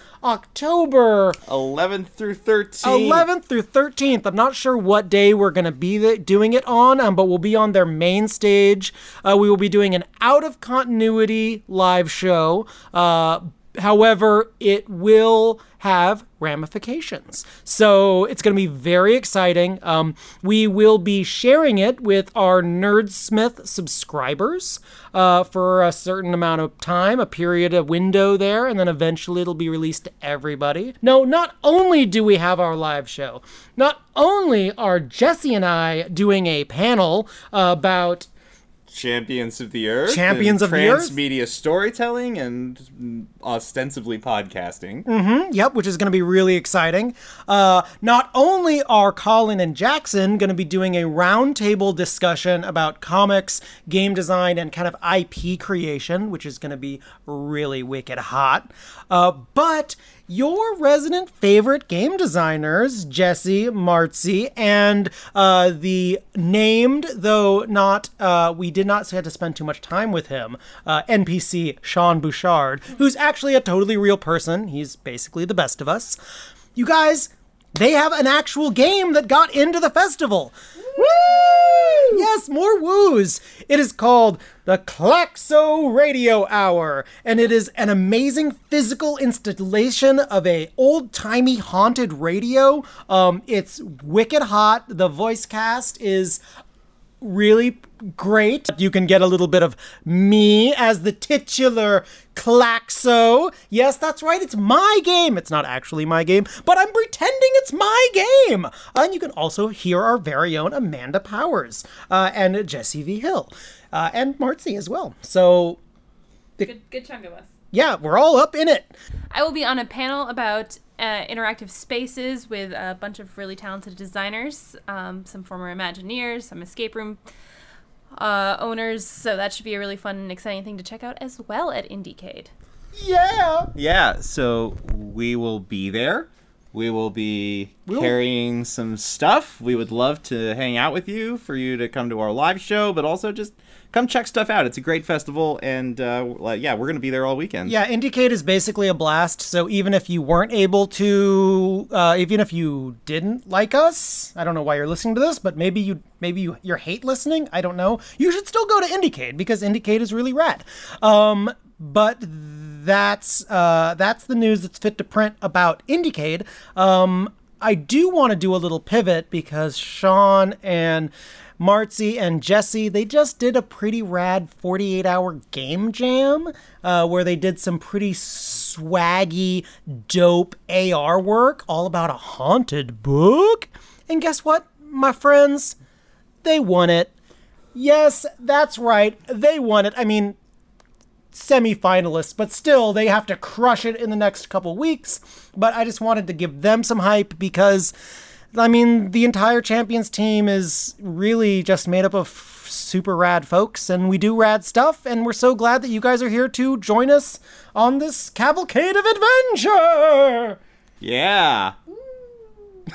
Speaker 1: October
Speaker 5: 11th through 13th.
Speaker 1: 11th through 13th. I'm not sure what day we're going to be the, doing it on, um, but we'll be on their main stage. Uh, we will be doing an out of continuity live show. Uh, however, it will have ramifications. So it's going to be very exciting. Um, we will be sharing it with our Nerdsmith subscribers uh, for a certain amount of time, a period, a window there, and then eventually it'll be released to everybody. No, not only do we have our live show, not only are Jesse and I doing a panel uh, about
Speaker 5: Champions of the Earth.
Speaker 1: Champions
Speaker 5: and
Speaker 1: of the Earth.
Speaker 5: Transmedia storytelling and ostensibly podcasting.
Speaker 1: Mm-hmm. Yep, which is going to be really exciting. Uh, not only are Colin and Jackson going to be doing a roundtable discussion about comics, game design, and kind of IP creation, which is going to be really wicked hot, uh, but your resident favorite game designers, Jesse Martzi, and uh, the named, though not, uh, we did not get to spend too much time with him, uh, NPC Sean Bouchard, who's actually a totally real person. He's basically the best of us. You guys, they have an actual game that got into the festival. Woo! Yes, more woos. It is called the Claxo Radio Hour, and it is an amazing physical installation of a old-timey haunted radio. Um, it's wicked hot. The voice cast is really great. You can get a little bit of me as the titular Claxo. Yes, that's right. It's my game. It's not actually my game, but I'm pretending it's my game. And you can also hear our very own Amanda Powers uh, and Jesse V. Hill uh, and Marcy as well. So,
Speaker 11: Good, good chunk of us.
Speaker 1: yeah, we're all up in it.
Speaker 11: I will be on a panel about uh, interactive spaces with a bunch of really talented designers, um, some former Imagineers, some escape room uh, owners. So that should be a really fun and exciting thing to check out as well at Indiecade.
Speaker 1: Yeah.
Speaker 5: Yeah, so we will be there. We will be carrying some stuff. We would love to hang out with you for you to come to our live show, but also just come check stuff out. It's a great festival, and uh, like, yeah, we're going to be there all weekend.
Speaker 1: Yeah, Indicate is basically a blast. So even if you weren't able to, uh, even if you didn't like us, I don't know why you're listening to this, but maybe you maybe you you hate listening. I don't know. You should still go to Indicate because Indicate is really rad. Um, but that's uh, that's the news that's fit to print about Indicate. Um, I do want to do a little pivot because Sean and Marzi and Jesse, they just did a pretty rad 48 hour game jam uh, where they did some pretty swaggy, dope AR work all about a haunted book. And guess what, my friends? They won it. Yes, that's right. They won it. I mean, semi-finalists, but still they have to crush it in the next couple weeks. But I just wanted to give them some hype because I mean, the entire champions team is really just made up of super rad folks and we do rad stuff and we're so glad that you guys are here to join us on this cavalcade of adventure.
Speaker 5: Yeah.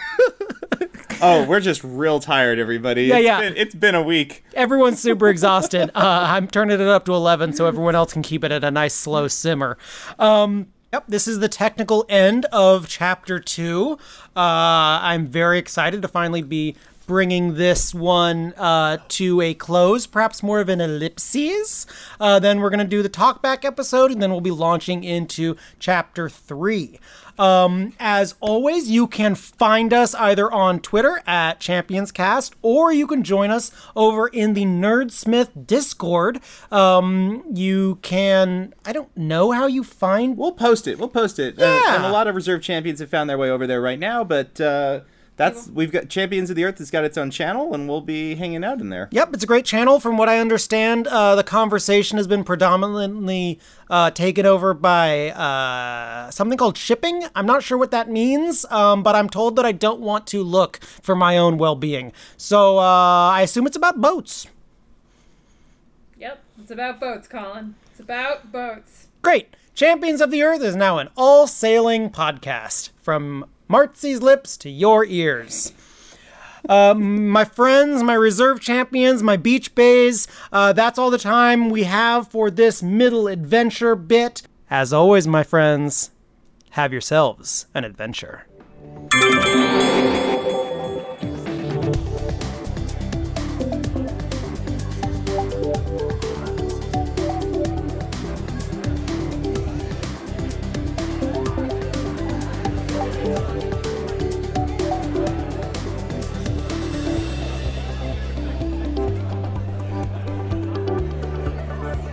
Speaker 5: oh, we're just real tired, everybody.
Speaker 1: Yeah,
Speaker 5: It's
Speaker 1: yeah.
Speaker 5: been- it's been a week.
Speaker 1: Everyone's super exhausted. Uh, I'm turning it up to 11 so everyone else can keep it at a nice slow simmer. Um, yep, this is the technical end of chapter two. Uh, I'm very excited to finally be bringing this one uh, to a close, perhaps more of an ellipses. Uh, then we're going to do the talk back episode, and then we'll be launching into chapter three. Um, as always, you can find us either on Twitter at ChampionsCast or you can join us over in the Nerdsmith Discord. Um, you can, I don't know how you find.
Speaker 5: We'll post it. We'll post it. Uh,
Speaker 1: Yeah.
Speaker 5: and a lot of reserve champions have found their way over there right now, but uh, that's we've got Champions of the Earth has got its own channel, and we'll be hanging out in there.
Speaker 1: Yep, it's a great channel. From what I understand, uh, the conversation has been predominantly uh, taken over by uh, something called shipping. I'm not sure what that means, um, but I'm told that I don't want to look for my own well being. So uh, I assume it's about boats.
Speaker 11: Yep, it's about boats, Colin. It's about boats.
Speaker 1: Great. Champions of the Earth is now an all sailing podcast from Martzi's lips to your ears. Uh, my friends, my reserve champions, my beach bays, uh, that's all the time we have for this middle adventure bit. As always, my friends, have yourselves an adventure.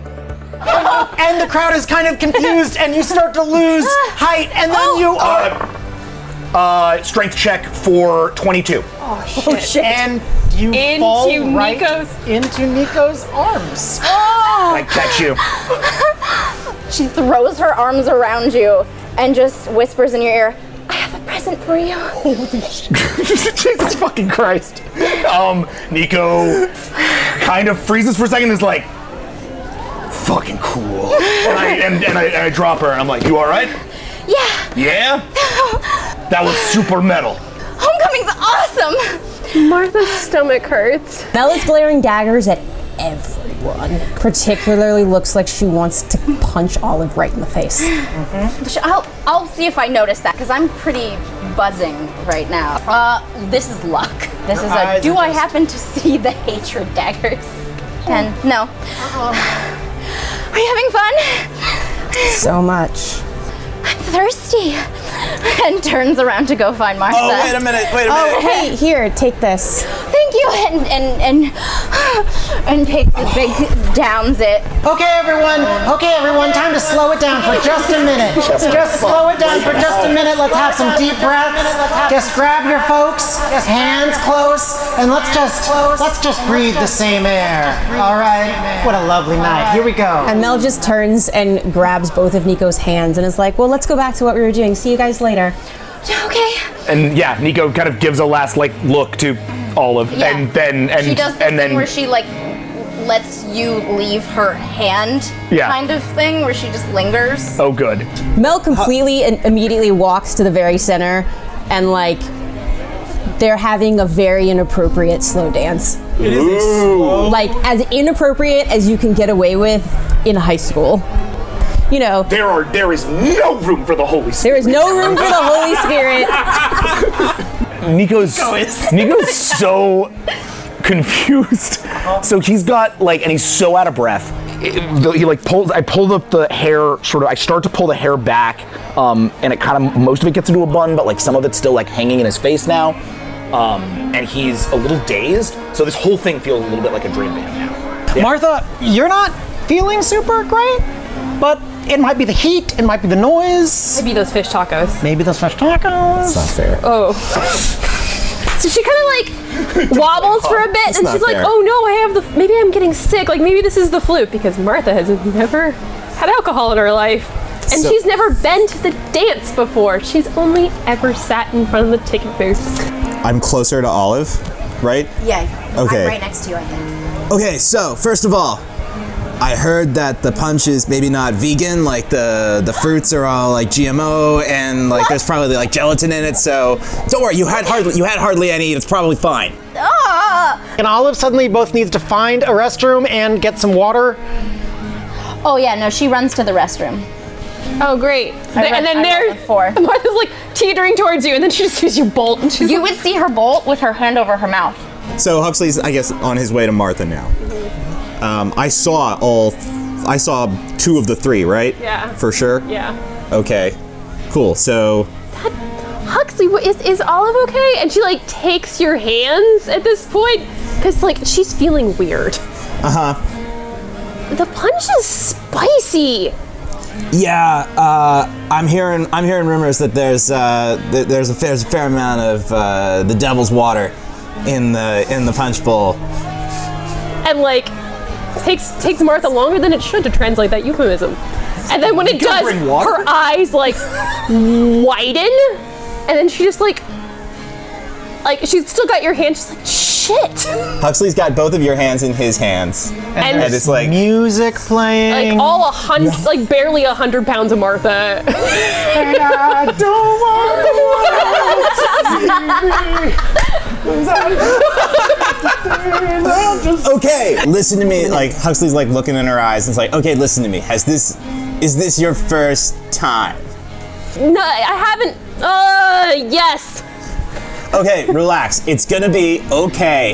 Speaker 1: and the crowd is kind of confused, and you start to lose height, and then you are.
Speaker 7: Uh, strength check for 22.
Speaker 1: Oh shit. And you fall right into Nico's arms. Oh.
Speaker 7: I catch you.
Speaker 8: She throws her arms around you and just whispers in your ear, I have a present for you.
Speaker 7: Jesus fucking Christ. Um, Nico kind of freezes for a second and is like, fucking cool. And I, and, and I, and I drop her and I'm like, you alright?
Speaker 8: Yeah,
Speaker 7: Yeah? That was super metal.
Speaker 8: homecoming's awesome.
Speaker 10: Martha's stomach hurts. Bella's glaring daggers at everyone. Particularly looks like she wants to punch Olive right in the face.
Speaker 8: Sh- I'll, I'll see if I notice that because I'm pretty buzzing right now. Uh, this is luck. This
Speaker 4: Your
Speaker 8: is
Speaker 4: eyes
Speaker 8: a.
Speaker 4: are
Speaker 8: Do I
Speaker 4: just-
Speaker 8: happen to see the hatred daggers? Ten. No. Are you having fun?
Speaker 10: So much.
Speaker 8: I'm thirsty. And turns around to go find Martha.
Speaker 10: Oh, wait a minute, wait a
Speaker 8: Oh,
Speaker 10: minute. hey, here, take this.
Speaker 8: Thank you, and and and and takes the big downs it.
Speaker 1: Okay, everyone. Okay, everyone. Time to slow it down for just a minute. Just slow it down for just a minute. Let's have some deep breaths. Just grab your folks, hands close, and let's just let's just breathe the same air. All right. What a lovely night. Here we go.
Speaker 10: And Mel just turns and grabs both of Nico's hands and is like, well, let's go back to what we were doing. See you guys later.
Speaker 8: Okay.
Speaker 7: And yeah, Nico kind of gives a last like look to Olive
Speaker 8: Yeah.
Speaker 7: and then and
Speaker 8: she does the
Speaker 7: and
Speaker 8: thing
Speaker 7: then
Speaker 8: where she like lets you leave her hand,
Speaker 7: Yeah.
Speaker 8: kind of thing, where she just lingers.
Speaker 7: Oh good.
Speaker 10: Mel completely and immediately walks to the very center and like they're having a very inappropriate slow dance.
Speaker 12: It is a slow-
Speaker 10: like as inappropriate as you can get away with in high school. You know,
Speaker 7: there are there is no room for the Holy
Speaker 10: Spirit. There is no room for the Holy Spirit.
Speaker 7: Uh, Nico's Nico's so confused. So he's got like, and he's so out of breath. It- he like pulls. I pulled up the hair, sort of. I start to pull the hair back, um, and it kind of most of it gets into a bun, but like some of it's still like hanging in his face now, um, and he's a little dazed. So this whole thing feels a little bit like a dream to him now.
Speaker 1: Martha, you're not feeling super great, but it might be the heat. It might be the noise.
Speaker 6: Maybe those fish tacos.
Speaker 1: Maybe those fish tacos. That's
Speaker 9: not fair.
Speaker 6: Oh. so she kind of like wobbles for a bit,
Speaker 9: That's
Speaker 6: and
Speaker 9: not
Speaker 6: she's like,
Speaker 9: fair.
Speaker 6: "Oh no, I have the. Maybe I'm getting sick. Like maybe this is the flu because Martha has never had alcohol in her life." And
Speaker 12: So-
Speaker 6: she's never been to the dance before. She's only ever sat in front of the ticket booth.
Speaker 9: I'm closer to Olive, right?
Speaker 8: Yeah.
Speaker 9: Okay.
Speaker 8: I'm right next to you, I think.
Speaker 12: Okay, so first of all, I heard that the punch is maybe not vegan, like the the fruits are all like GMO and like there's probably like gelatin in it. So don't worry, you had hardly you had hardly any. It's probably fine.
Speaker 8: Ah!
Speaker 1: And Olive suddenly both needs to find a restroom and get some water.
Speaker 8: Oh yeah, no, she runs to the restroom.
Speaker 6: Oh great!
Speaker 8: I
Speaker 6: and then
Speaker 8: read- I
Speaker 6: there, Martha's like teetering towards you, and then she just sees you bolt, and she's
Speaker 8: You would see her bolt with her hand over her mouth.
Speaker 12: So Huxley's, I guess, on his way to Martha now. Um, I saw all, I saw two of the three, right?
Speaker 6: Yeah.
Speaker 12: For sure.
Speaker 6: yeah.
Speaker 12: Okay. Cool. So
Speaker 6: Huxley, what, is is Olive okay? And she like takes your hands at this point because like she's
Speaker 9: Uh-huh.
Speaker 6: feeling weird.
Speaker 12: Uh huh.
Speaker 6: The punch is spicy.
Speaker 9: Yeah, uh, I'm hearing I'm hearing rumors that there's uh, th- there's a fair, there's a fair amount of uh, the devil's water in the in the punch bowl.
Speaker 6: and like takes takes Martha longer than it should to translate that euphemism. And then when it does, her eyes like widen, and then she just like like she's still got your hand. She's like shit,
Speaker 9: Huxley's got both of your hands in his hands,
Speaker 6: And-
Speaker 9: it's like music playing.
Speaker 6: like all a hundred, like barely a hundred pounds of Martha.
Speaker 13: And I don't
Speaker 9: okay, listen to me. Like Huxley's like looking in her eyes and it's like, okay, listen to me. Has this is this your first time?
Speaker 6: No, I haven't. Uh, yes.
Speaker 9: Okay, relax. It's gonna be okay.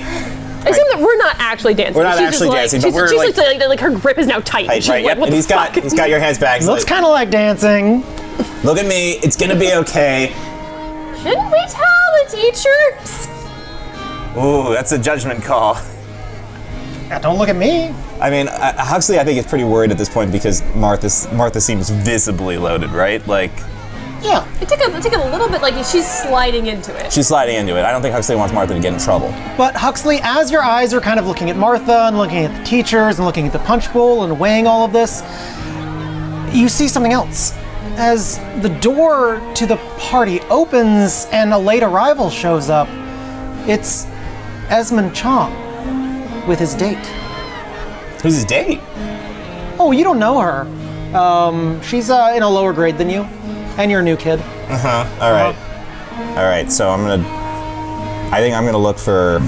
Speaker 6: Except that we're not actually dancing.
Speaker 9: We're not
Speaker 6: She's
Speaker 9: actually
Speaker 6: just, like,
Speaker 9: dancing, but
Speaker 6: she's,
Speaker 9: we're,
Speaker 6: she's
Speaker 9: like-
Speaker 6: just, like, like, her grip is now tight.
Speaker 9: Right,
Speaker 6: she's
Speaker 9: right,
Speaker 6: like,
Speaker 9: yep.
Speaker 6: what
Speaker 9: And
Speaker 6: the
Speaker 9: he's got
Speaker 6: fuck?
Speaker 9: he's got your hands back. He's
Speaker 1: Looks
Speaker 9: like,
Speaker 1: kind of like dancing.
Speaker 9: Look at me. It's gonna be okay.
Speaker 13: Shouldn't we tell the teachers?
Speaker 9: Ooh, that's a judgment call.
Speaker 1: don't look at me.
Speaker 9: I mean, uh, Huxley, I think is pretty worried at this point because Martha Martha seems visibly loaded, right? Like
Speaker 6: Yeah, it took a it took a little bit. Like she's sliding into it.
Speaker 9: she's sliding into it. I don't think Huxley wants Martha to get in trouble.
Speaker 1: But Huxley, as your eyes are kind of looking at Martha and looking at the teachers and looking at the punch bowl and weighing all of this, you see something else. As the door to the party opens and a late arrival shows up, it's Esmond Chong with his date.
Speaker 9: Who's his date?
Speaker 1: Oh, you don't know her. Um, she's uh, in a lower grade than you, and you're a new kid.
Speaker 9: Uh huh. All right. All right. So I'm gonna. I think I'm gonna look for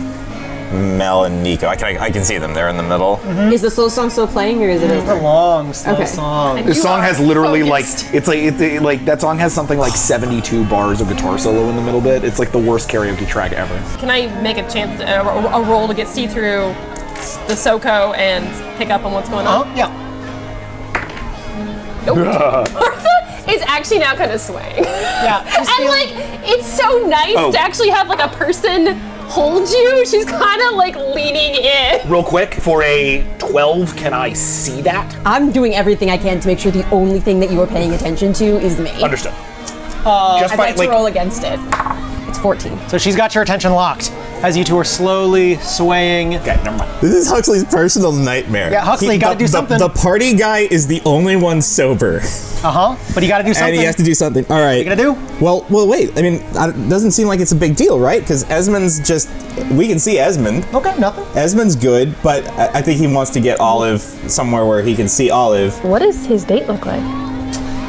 Speaker 9: Mel and Nico. I can I, can see them. They're in the middle.
Speaker 1: Mm-hmm.
Speaker 10: Is the slow song still playing, or is it over?
Speaker 1: It's a long slow
Speaker 10: song.
Speaker 7: This song has literally like it's like it, it- like that song has something like 72 bars of guitar solo in the middle bit. It's like the worst karaoke track ever.
Speaker 6: Can I make a chance a, a roll to get Steve through the Soko and pick up on what's going on?
Speaker 1: yeah.
Speaker 6: Martha is actually now kind of swaying.
Speaker 1: Yeah.
Speaker 6: and like, it's so nice
Speaker 7: Oh.
Speaker 6: to actually have like a person hold you. She's kind of like leaning in.
Speaker 7: Real quick for a 12, can I see that?
Speaker 10: I'm doing everything I can to make sure the only thing that you are paying attention to is me.
Speaker 7: Understood.
Speaker 10: Uh,
Speaker 1: Just
Speaker 10: I'd
Speaker 1: by,
Speaker 10: like
Speaker 1: like-
Speaker 10: to roll against it. It's 14.
Speaker 1: So she's got your attention locked as you two are slowly swaying. Okay,
Speaker 7: never mind.
Speaker 1: This
Speaker 9: is Huxley's personal nightmare.
Speaker 1: Yeah, Huxley,
Speaker 9: He-
Speaker 1: gotta
Speaker 9: the-
Speaker 1: do
Speaker 9: the-
Speaker 1: something.
Speaker 9: The, party guy is the only one sober.
Speaker 1: Uh huh. But you gotta do something.
Speaker 9: And he has to do something. All
Speaker 1: What
Speaker 9: right.
Speaker 1: you
Speaker 9: gonna do? Well, well, wait. I mean, I- it doesn't seem like it's a big deal, right? Because Esmond's just. We can see Esmond.
Speaker 1: Okay, nothing.
Speaker 9: Esmond's good, but I, I think he wants to get Olive somewhere where he can see Olive.
Speaker 6: What does his date look like?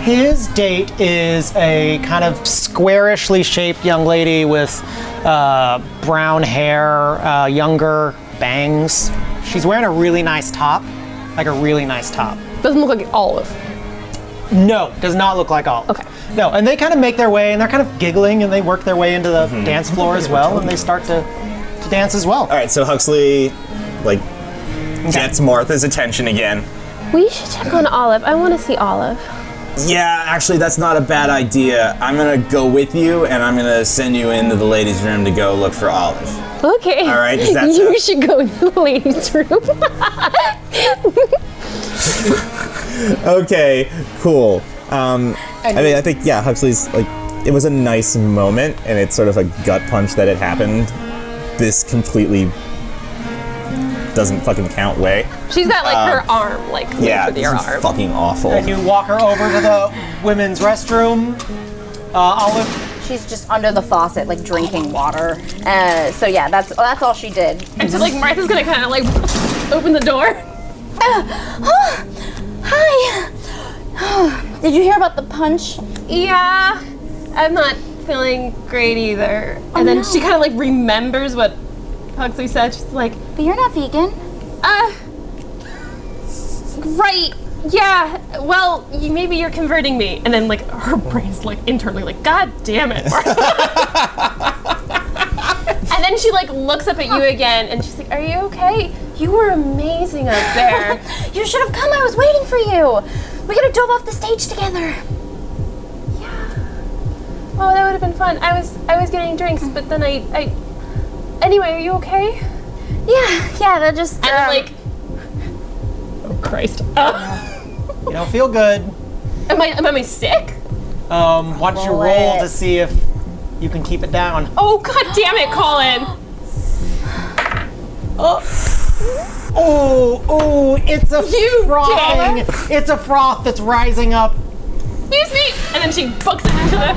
Speaker 1: His date is a kind of squarishly shaped young lady with uh, brown hair, uh, younger bangs. She's wearing a really nice top, like a really nice top.
Speaker 6: Doesn't look like Olive.
Speaker 1: No, does not look like Olive. Okay. No, and they kind of make their way, and they're kind of giggling, and they work their way into the dance floor as well, and they start to, to dance as well.
Speaker 9: Mm-hmm. All right, so Huxley, like, gets Martha's attention again.
Speaker 6: We should check on Olive. I want to see Olive.
Speaker 9: Yeah, actually, that's not a bad idea. I'm gonna go with you, and I'm gonna send you into the ladies' room to go look for Olive.
Speaker 6: Okay.
Speaker 9: All right, does that
Speaker 6: you should go in the ladies' room.
Speaker 9: okay, cool. Um, I mean, I think yeah, Huxley's like it was a nice moment, and it's sort of a gut punch that it happened. This completely doesn't fucking count way.
Speaker 6: She's got like her
Speaker 9: Um,
Speaker 6: arm, like
Speaker 9: Yeah,
Speaker 6: with
Speaker 9: this
Speaker 6: your
Speaker 9: is
Speaker 6: arm.
Speaker 9: fucking awful.
Speaker 1: And you walk her over to the women's restroom. Uh, Olive
Speaker 8: She's just under the faucet, like drinking water. Uh, so yeah, that's that's all she did.
Speaker 6: And so like Martha's gonna kind of like open the door.
Speaker 8: hi. did you hear about the punch?
Speaker 6: Yeah, I'm not feeling great either. And then she kind of like remembers what Huxley said. She's like,
Speaker 8: "But you're not vegan."
Speaker 6: Uh, right. Yeah. Well, you, maybe you're converting me. And then like her brain's like internally like, God damn it. and then she like looks up at you again, and she's like, Are you okay? You were amazing up there.
Speaker 8: you should have come. I was waiting for you. We could have dove off the stage together.
Speaker 6: Oh, that would have been fun. I was I was getting drinks, but then I I. Anyway, are you okay?
Speaker 8: Yeah, yeah. That just
Speaker 6: and I'm like, oh Christ.
Speaker 1: You don't feel good.
Speaker 6: Am I am I sick?
Speaker 1: Um, why don't you
Speaker 6: Roll
Speaker 1: roll
Speaker 6: it.
Speaker 1: to see if you can keep it down?
Speaker 6: Oh god damn it, Colin!
Speaker 1: Oh, oh, it's a
Speaker 6: You
Speaker 1: frothing. It's a froth that's rising up.
Speaker 6: Excuse me! And then she bucks it into the.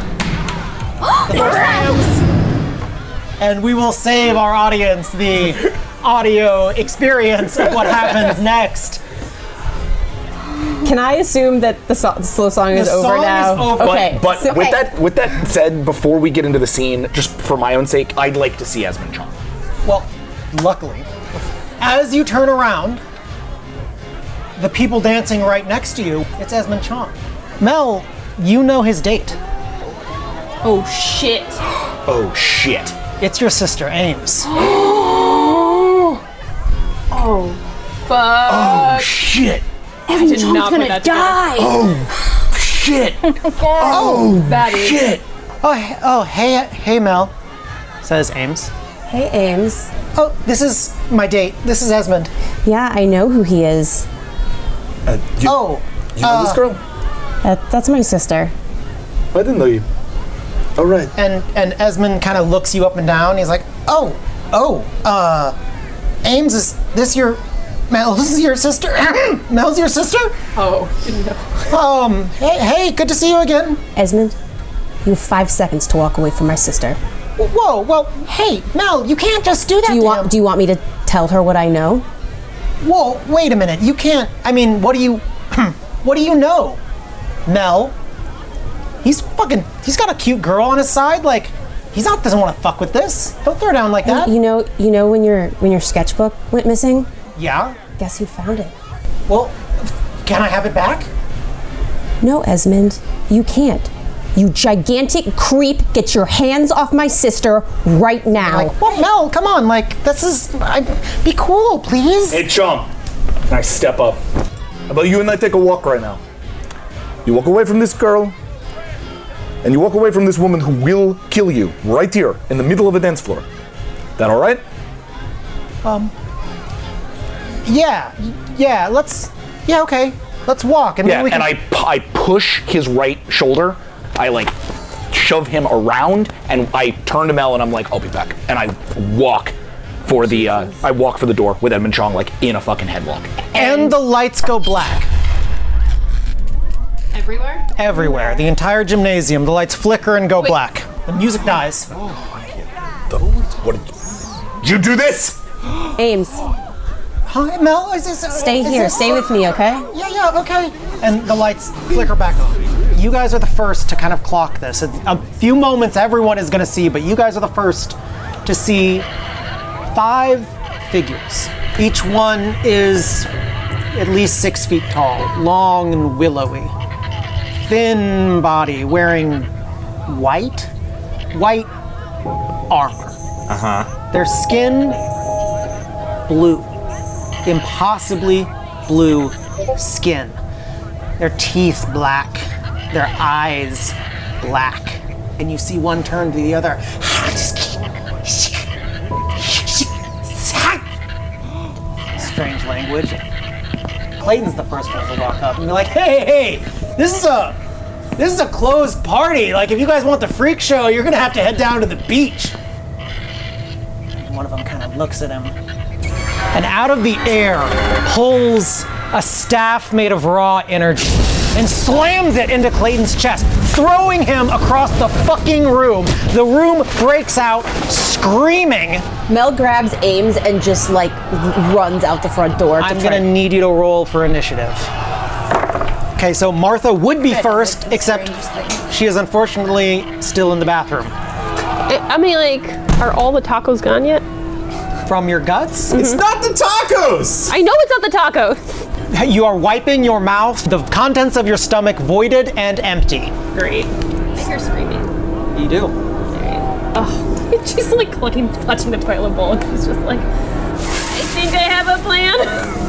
Speaker 1: And we will save our audience the audio experience of what happens next.
Speaker 10: Can I assume that the, so- the slow song is over now? Okay,
Speaker 7: But, but
Speaker 10: so-
Speaker 7: with that with that said, before we get into the scene, just for my own sake, I'd like to see Esmond Chomp.
Speaker 1: Well, luckily, as you turn around, the people dancing right next to you, it's Esmond Chomp. Mel, you know his date.
Speaker 6: Oh shit.
Speaker 7: Oh shit.
Speaker 1: It's your sister, Ames.
Speaker 6: Oh. Fuck.
Speaker 1: Oh,
Speaker 7: shit.
Speaker 6: I did not put that together.
Speaker 1: Oh,
Speaker 7: shit.
Speaker 1: oh,
Speaker 6: that is- shit.
Speaker 1: Oh, he- oh, hey, hey, Mel, says Ames.
Speaker 10: Hey, Ames.
Speaker 1: Oh, this is my date. This is Esmond.
Speaker 10: yeah, I know who he is.
Speaker 1: oh,
Speaker 10: you know this
Speaker 7: girl?
Speaker 10: That, that's my sister.
Speaker 7: I didn't know you. All right.
Speaker 1: And and Esmond kind of looks you up and down. He's like, oh, oh, uh, Ames, is this your Mel? This is your sister? Mel's your sister?
Speaker 6: Oh,
Speaker 1: no. Um, hey, hey, good to see you again.
Speaker 10: Esmond, you have five seconds to walk away from my sister.
Speaker 1: Whoa, well, hey, Mel, you can't just do that.
Speaker 10: Do you want? Do you want me to tell her what I know?
Speaker 1: Whoa, wait a minute. You can't. I mean, what do you. what do you know? Mel. He's fucking. He's got a cute girl on his side. Like, he's not. Doesn't want to fuck with this. Don't throw down like
Speaker 10: You-
Speaker 1: that.
Speaker 10: You know, you know when your when your sketchbook went missing.
Speaker 1: Yeah?
Speaker 10: Guess who found it?
Speaker 1: Well, can I have it back?
Speaker 10: No, Esmond, you can't. You gigantic creep! Get your hands off my sister right now.
Speaker 1: Well, Mel, come on. Like, this is. I, be cool, please.
Speaker 7: Hey, Chomp. And I step up. How about you and I take a walk right now? You walk away from this girl, and you walk away from this woman who will kill you right here in the middle of a dance floor. That all right?
Speaker 1: Um. Yeah, yeah, let's. Yeah, okay. Let's walk. And
Speaker 7: yeah,
Speaker 1: then we can.
Speaker 7: and I, pu- I push his right shoulder. I like shove him around, and I turn to Mel, and I'm like, "I'll be back." And I walk for the uh, I walk for the door with Edmund Chong like in a fucking headlock.
Speaker 1: and the lights go black.
Speaker 6: Everywhere?
Speaker 1: Everywhere. The entire gymnasium. The lights flicker and go black. The music dies.
Speaker 7: Oh, What did you do this?
Speaker 10: Ames.
Speaker 1: Hi, Mel. Is this,
Speaker 10: Stay
Speaker 1: is
Speaker 10: here.
Speaker 1: this-
Speaker 10: Stay with me, okay?
Speaker 1: Yeah, yeah, okay. And the lights flicker back on. You guys are the first to kind of clock this. In a few moments, everyone is going to see, but you guys are the first to see five figures. Each one is at least six feet tall, long and willowy. Thin body, wearing white, white armor.
Speaker 9: Uh huh.
Speaker 1: Their skin, blue. Impossibly blue skin. Their teeth, black. Their eyes, black. And you see one turn to the other. Strange language. Clayton's the first one to walk up and be like, hey, hey, hey, this is a this is a closed party. Like if you guys want the freak show, you're gonna have to head down to the beach. And one of them kind of looks at him. And out of the air pulls a staff made of raw energy and slams it into Clayton's chest, throwing him across the fucking room. The room breaks out screaming.
Speaker 10: Mel grabs Ames and just like r- runs out the front door. To
Speaker 1: I'm
Speaker 10: try-
Speaker 1: gonna need you to roll for initiative. Okay, so Martha would be first, except she is unfortunately still in the bathroom.
Speaker 6: I, I mean, like, are all the tacos gone yet?
Speaker 1: From your guts?
Speaker 6: It's
Speaker 1: not the tacos!
Speaker 6: I know it's not the tacos.
Speaker 1: You are wiping your mouth, the contents of your stomach voided and empty.
Speaker 6: Great. I hear screaming.
Speaker 1: You do.
Speaker 6: Oh, she's like clucking, clutching the toilet bowl, and she's just like, I think I have a plan.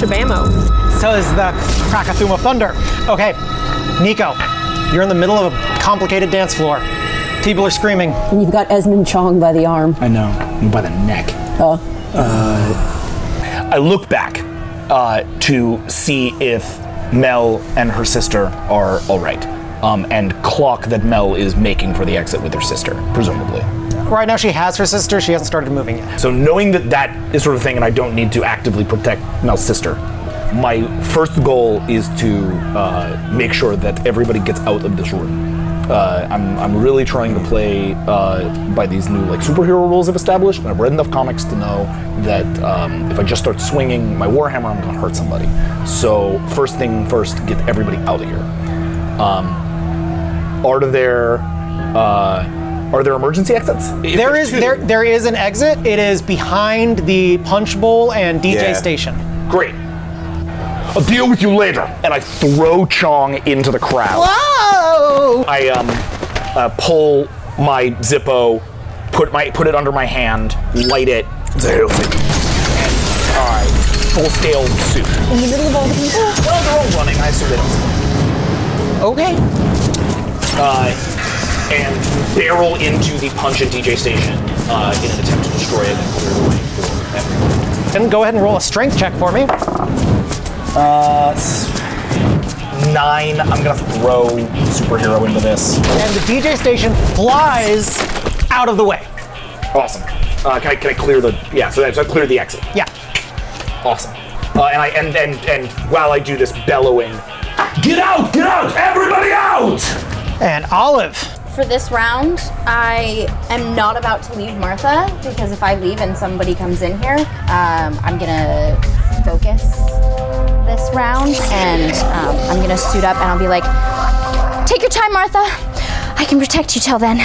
Speaker 6: Shabamo.
Speaker 1: So is the Krakatuma Thunder. Okay, Nico, you're in the middle of a complicated dance floor. People are screaming.
Speaker 10: And you've got Esmond Chong by the arm.
Speaker 7: I know. By the neck.
Speaker 10: Oh.
Speaker 7: Uh, I look back uh, to see if Mel and her sister are all right, um, and clock that Mel is making for the exit with her sister, presumably.
Speaker 1: Right now, she has her sister. She hasn't started moving yet.
Speaker 7: So knowing that that is sort of thing, and I don't need to actively protect Mel's sister, my first goal is to uh, make sure that everybody gets out of this room. Uh, I'm, I'm really trying to play uh, by these new like superhero rules I've established, and I've read enough comics to know that um, if I just start swinging my warhammer, I'm gonna hurt somebody. So first thing first, get everybody out of here. Um, are there uh, are there emergency exits? If
Speaker 1: There
Speaker 7: there's
Speaker 1: is
Speaker 7: two-
Speaker 1: there there is an exit. It is behind the punch bowl and DJ
Speaker 7: Yeah.
Speaker 1: station.
Speaker 7: Great. I'll deal with you later. And I throw Chong into the crowd.
Speaker 1: Whoa!
Speaker 7: I um, uh, pull my Zippo, put my put it under my hand, light it. Uh, All right, full scale suit. In the middle of all the people. Well, they're all running. I assume they don't.
Speaker 1: Okay.
Speaker 7: Uh, and barrel into the punch and DJ station uh, in an attempt to destroy it and clear the way for everyone.
Speaker 1: Then go ahead and roll a strength check for me.
Speaker 7: Uh, s- nine. I'm gonna throw superhero into this.
Speaker 1: And the DJ station flies out of the way.
Speaker 7: Awesome. Uh, can I can I clear the yeah? So I, so I clear the exit.
Speaker 1: Yeah.
Speaker 7: Awesome. Uh, and I and, and and while I do this bellowing, uh, get out, get out, everybody out.
Speaker 1: And Olive.
Speaker 8: For this round, I am not about to leave Martha because if I leave and somebody comes in here, um, I'm gonna focus this round and um, I'm gonna suit up and I'll be like,
Speaker 4: Take your time, Martha. I can protect you till then.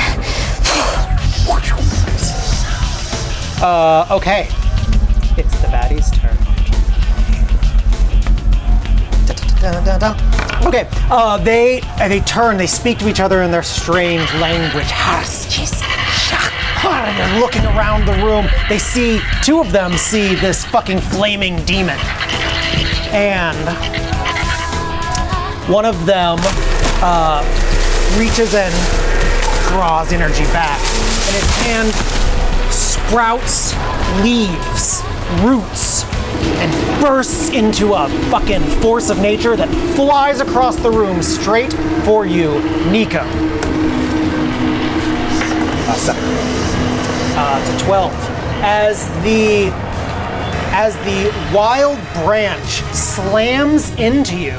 Speaker 1: Uh, okay. It's the baddie's turn. Da-da-da-da-da. Okay. Uh, they uh, they turn. They speak to each other in their strange language. They're looking around the room. They see two of them see this fucking flaming demon, and one of them uh, reaches and draws energy back, and his hand sprouts leaves, roots, and bursts into a fucking force of nature that flies across the room straight for you, Nico. Uh, to 12. As the as the wild branch slams into you,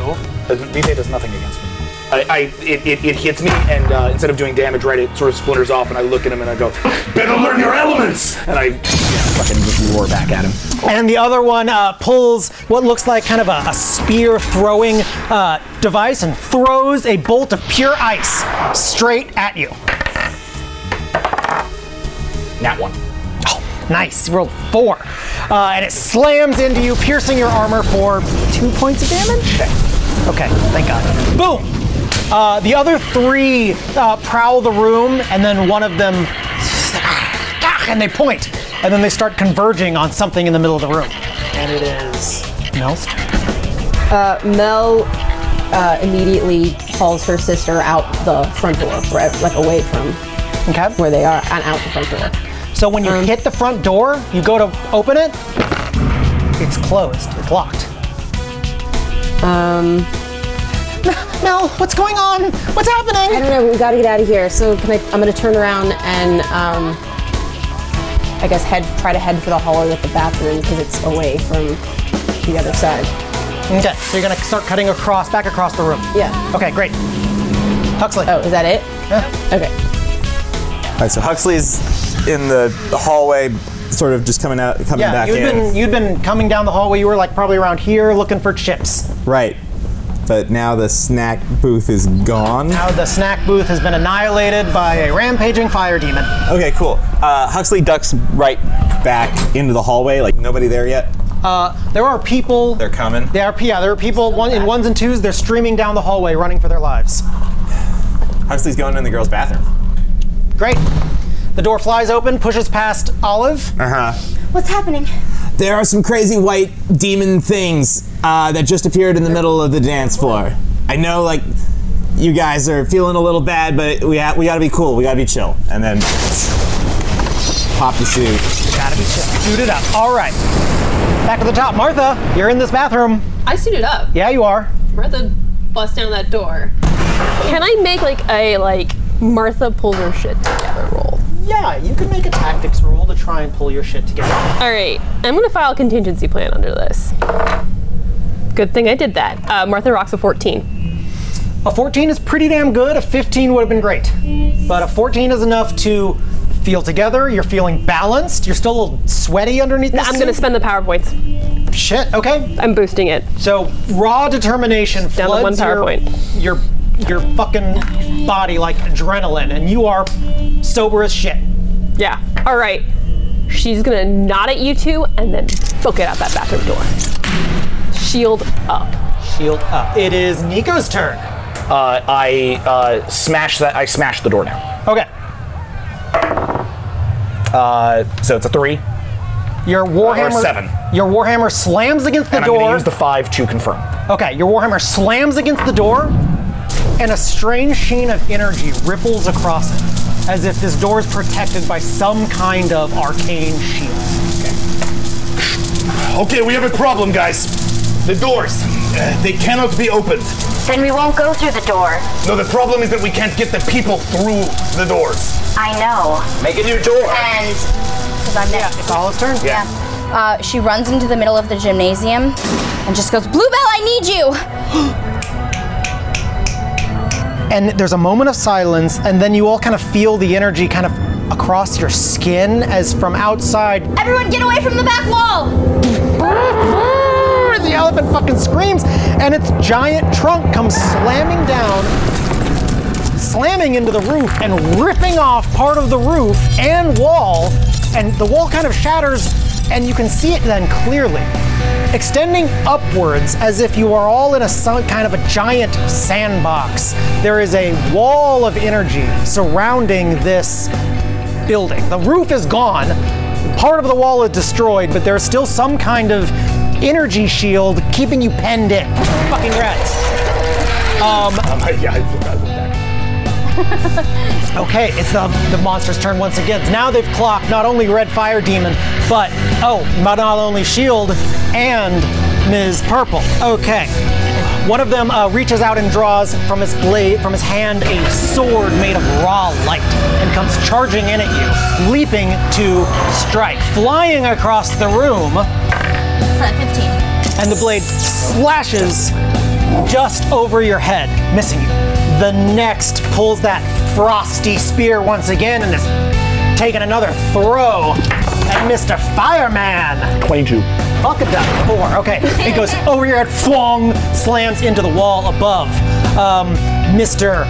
Speaker 7: DJ does nothing against me. I, I it, it, it hits me, and uh, instead of doing damage, right, it sort of splinters off, and I look at him and I go, "Better learn your elements!" And I yeah, fucking just roar back at him.
Speaker 1: And the other one uh, pulls what looks like kind of a, a spear throwing uh, device and throws a bolt of pure ice straight at you.
Speaker 7: Nat one.
Speaker 1: Oh, nice. You rolled four. Uh, and it slams into you, piercing your armor for two points of damage? Okay, thank God. Boom! Uh, the other three uh, prowl the room, and then one of them. And they point, and then they start converging on something in the middle of the room. And it is. Mel's
Speaker 10: Uh, Mel uh, immediately calls her sister out the front door, right, like away from
Speaker 1: where
Speaker 10: they are, and out the front door.
Speaker 1: So when you hit the front door, you go to open it, it's closed, it's locked.
Speaker 10: Um.
Speaker 1: Mel, what's going on? What's happening? I
Speaker 10: don't know. We gotta get out of here. So can I? I'm gonna turn around and um, I guess head try to head for the hallway with the bathroom because it's away from the other side.
Speaker 1: Okay, so you're gonna start cutting across, back across the room.
Speaker 10: Yeah.
Speaker 1: Okay, great. Huxley.
Speaker 10: Oh, is that it? Okay.
Speaker 9: All right, so Huxley's in the hallway, sort of just coming out, coming
Speaker 1: yeah,
Speaker 9: back
Speaker 1: you'd
Speaker 9: in.
Speaker 1: been you'd been coming down the hallway. You were like probably around here looking for chips.
Speaker 9: Right. But now the snack booth is gone.
Speaker 1: Now the snack booth has been annihilated by a rampaging fire demon.
Speaker 9: Okay, cool. Uh, Huxley ducks right back into the hallway, like nobody there yet.
Speaker 1: Uh, there are people. They're
Speaker 9: coming.
Speaker 1: There are yeah, there are people one in ones and twos. They're streaming down the hallway, running for their lives.
Speaker 9: Huxley's going in the girls' bathroom.
Speaker 1: Great. The door flies open, pushes past Olive.
Speaker 9: Uh huh.
Speaker 4: What's happening?
Speaker 12: There are some crazy white demon things uh, that just appeared in the middle of the dance floor. I know, like, you guys are feeling a little bad, but we ha- we gotta be cool. We gotta be chill. And then pop the suit.
Speaker 1: Gotta be chill. Suit it up. All right. Back to the top. Martha, you're in this bathroom.
Speaker 6: I suited up.
Speaker 1: Yeah, you are.
Speaker 6: we're gonna bust down that door. Can I make like a like Martha pulls her shit together roll?
Speaker 1: Yeah, you can make a tactics roll to try and pull your shit together.
Speaker 6: All right, I'm gonna file a contingency plan under this. Good thing I did that. Uh, Martha rocks a 14.
Speaker 1: A 14 is pretty damn good. A 15 would have been great. But a 14 is enough to feel together. You're feeling balanced. You're still a little sweaty underneath this.
Speaker 6: I'm gonna spend the power points.
Speaker 1: Shit, okay.
Speaker 6: I'm boosting it.
Speaker 1: So, raw determination
Speaker 6: Down to one
Speaker 1: floods your-
Speaker 6: PowerPoint.
Speaker 1: Your, your, fucking body like adrenaline, and you are sober as shit.
Speaker 6: Yeah. All right. She's gonna nod at you two and then book it out that bathroom door. Shield up.
Speaker 1: Shield up. It is Nico's turn.
Speaker 7: Uh, I uh, smash that. I smash the door now.
Speaker 1: Okay.
Speaker 7: Uh, so it's a three.
Speaker 1: Your warhammer.
Speaker 7: Or seven.
Speaker 1: Your warhammer slams against the
Speaker 7: and I'm
Speaker 1: door.
Speaker 7: gonna use the five to confirm.
Speaker 1: Okay, your Warhammer slams against the door, and a strange sheen of energy ripples across it, as if this door is protected by some kind of arcane shield.
Speaker 14: Okay, we have a problem, guys. The doors, uh, they cannot be opened.
Speaker 15: Then we won't go through the door.
Speaker 14: No, the problem is that we can't get the people through the doors.
Speaker 15: I know.
Speaker 14: Make a new door.
Speaker 15: And
Speaker 8: Because I'm next.
Speaker 1: it's Olive's turn?
Speaker 14: Yeah.
Speaker 8: Uh, she runs into the middle of the gymnasium and just goes, Bluebell, I need you!
Speaker 1: And there's a moment of silence, and then you all kind of feel the energy kind of across your skin as from outside.
Speaker 8: Everyone get away from the back wall!
Speaker 1: The elephant fucking screams, and its giant trunk comes slamming down, slamming into the roof and ripping off part of the roof and wall, and the wall kind of shatters, and you can see it then clearly. Extending upwards as if you are all in a some kind of a giant sandbox, there is a wall of energy surrounding this building. The roof is gone, part of the wall is destroyed, but there's still some kind of energy shield keeping you penned in. Fucking rats. Um,
Speaker 14: yeah, I forgot about that.
Speaker 1: Okay, it's the, the monster's turn once again. Now they've clocked not only Red Fire Demon, but oh, not only Shield E and Ms. Purple. Okay. One of them uh, reaches out and draws from his blade, from his hand, a sword made of raw light, and comes charging in at you, leaping to strike, flying across the room and the blade slashes just over your head, missing you. The next pulls that frosty spear once again and is taking another throw at Mr. Fireman.
Speaker 7: 22.
Speaker 1: Fuck a duck. Four. Okay. It goes over your head, flong, slams into the wall above. Um, Mr.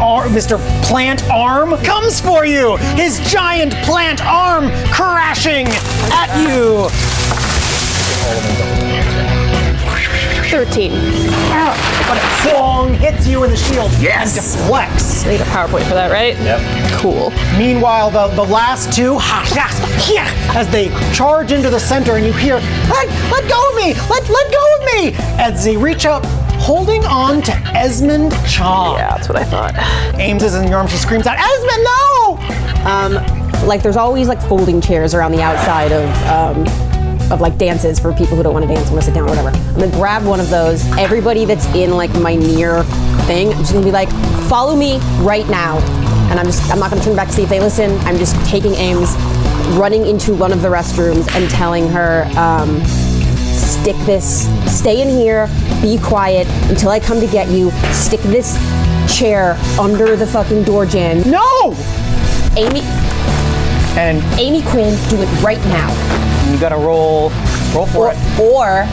Speaker 1: Ar- Mr. Plant Arm comes for you! His giant plant arm crashing at you!
Speaker 6: 13.
Speaker 1: But it flong hits you in the shield yes. and deflects.
Speaker 6: I need a PowerPoint for that, right?
Speaker 1: Yep.
Speaker 6: Cool.
Speaker 1: Meanwhile, the, the last two, ha, ha, ha, as they charge into the center, and you hear, let, let go of me! Let, let go of me! As they reach up, holding on to Esmond Chong. Yeah,
Speaker 6: that's what I thought.
Speaker 1: Ames is in your arm, she screams out, Esmond, no!
Speaker 10: Um, like there's always like folding chairs around the outside of um, of like dances for people who don't want to dance and want to sit down or whatever. I'm gonna grab one of those. Everybody that's in like my near thing, I'm just gonna be like, follow me right now. And I'm just I'm not gonna turn back to see if they listen. I'm just taking aims, running into one of the restrooms and telling her. Um, stick this, stay in here, be quiet until I come to get you, stick this chair under the fucking door jam.
Speaker 1: No!
Speaker 10: Amy.
Speaker 1: And
Speaker 10: Amy Quinn, do it right now.
Speaker 1: You gotta roll, roll for
Speaker 10: or, Or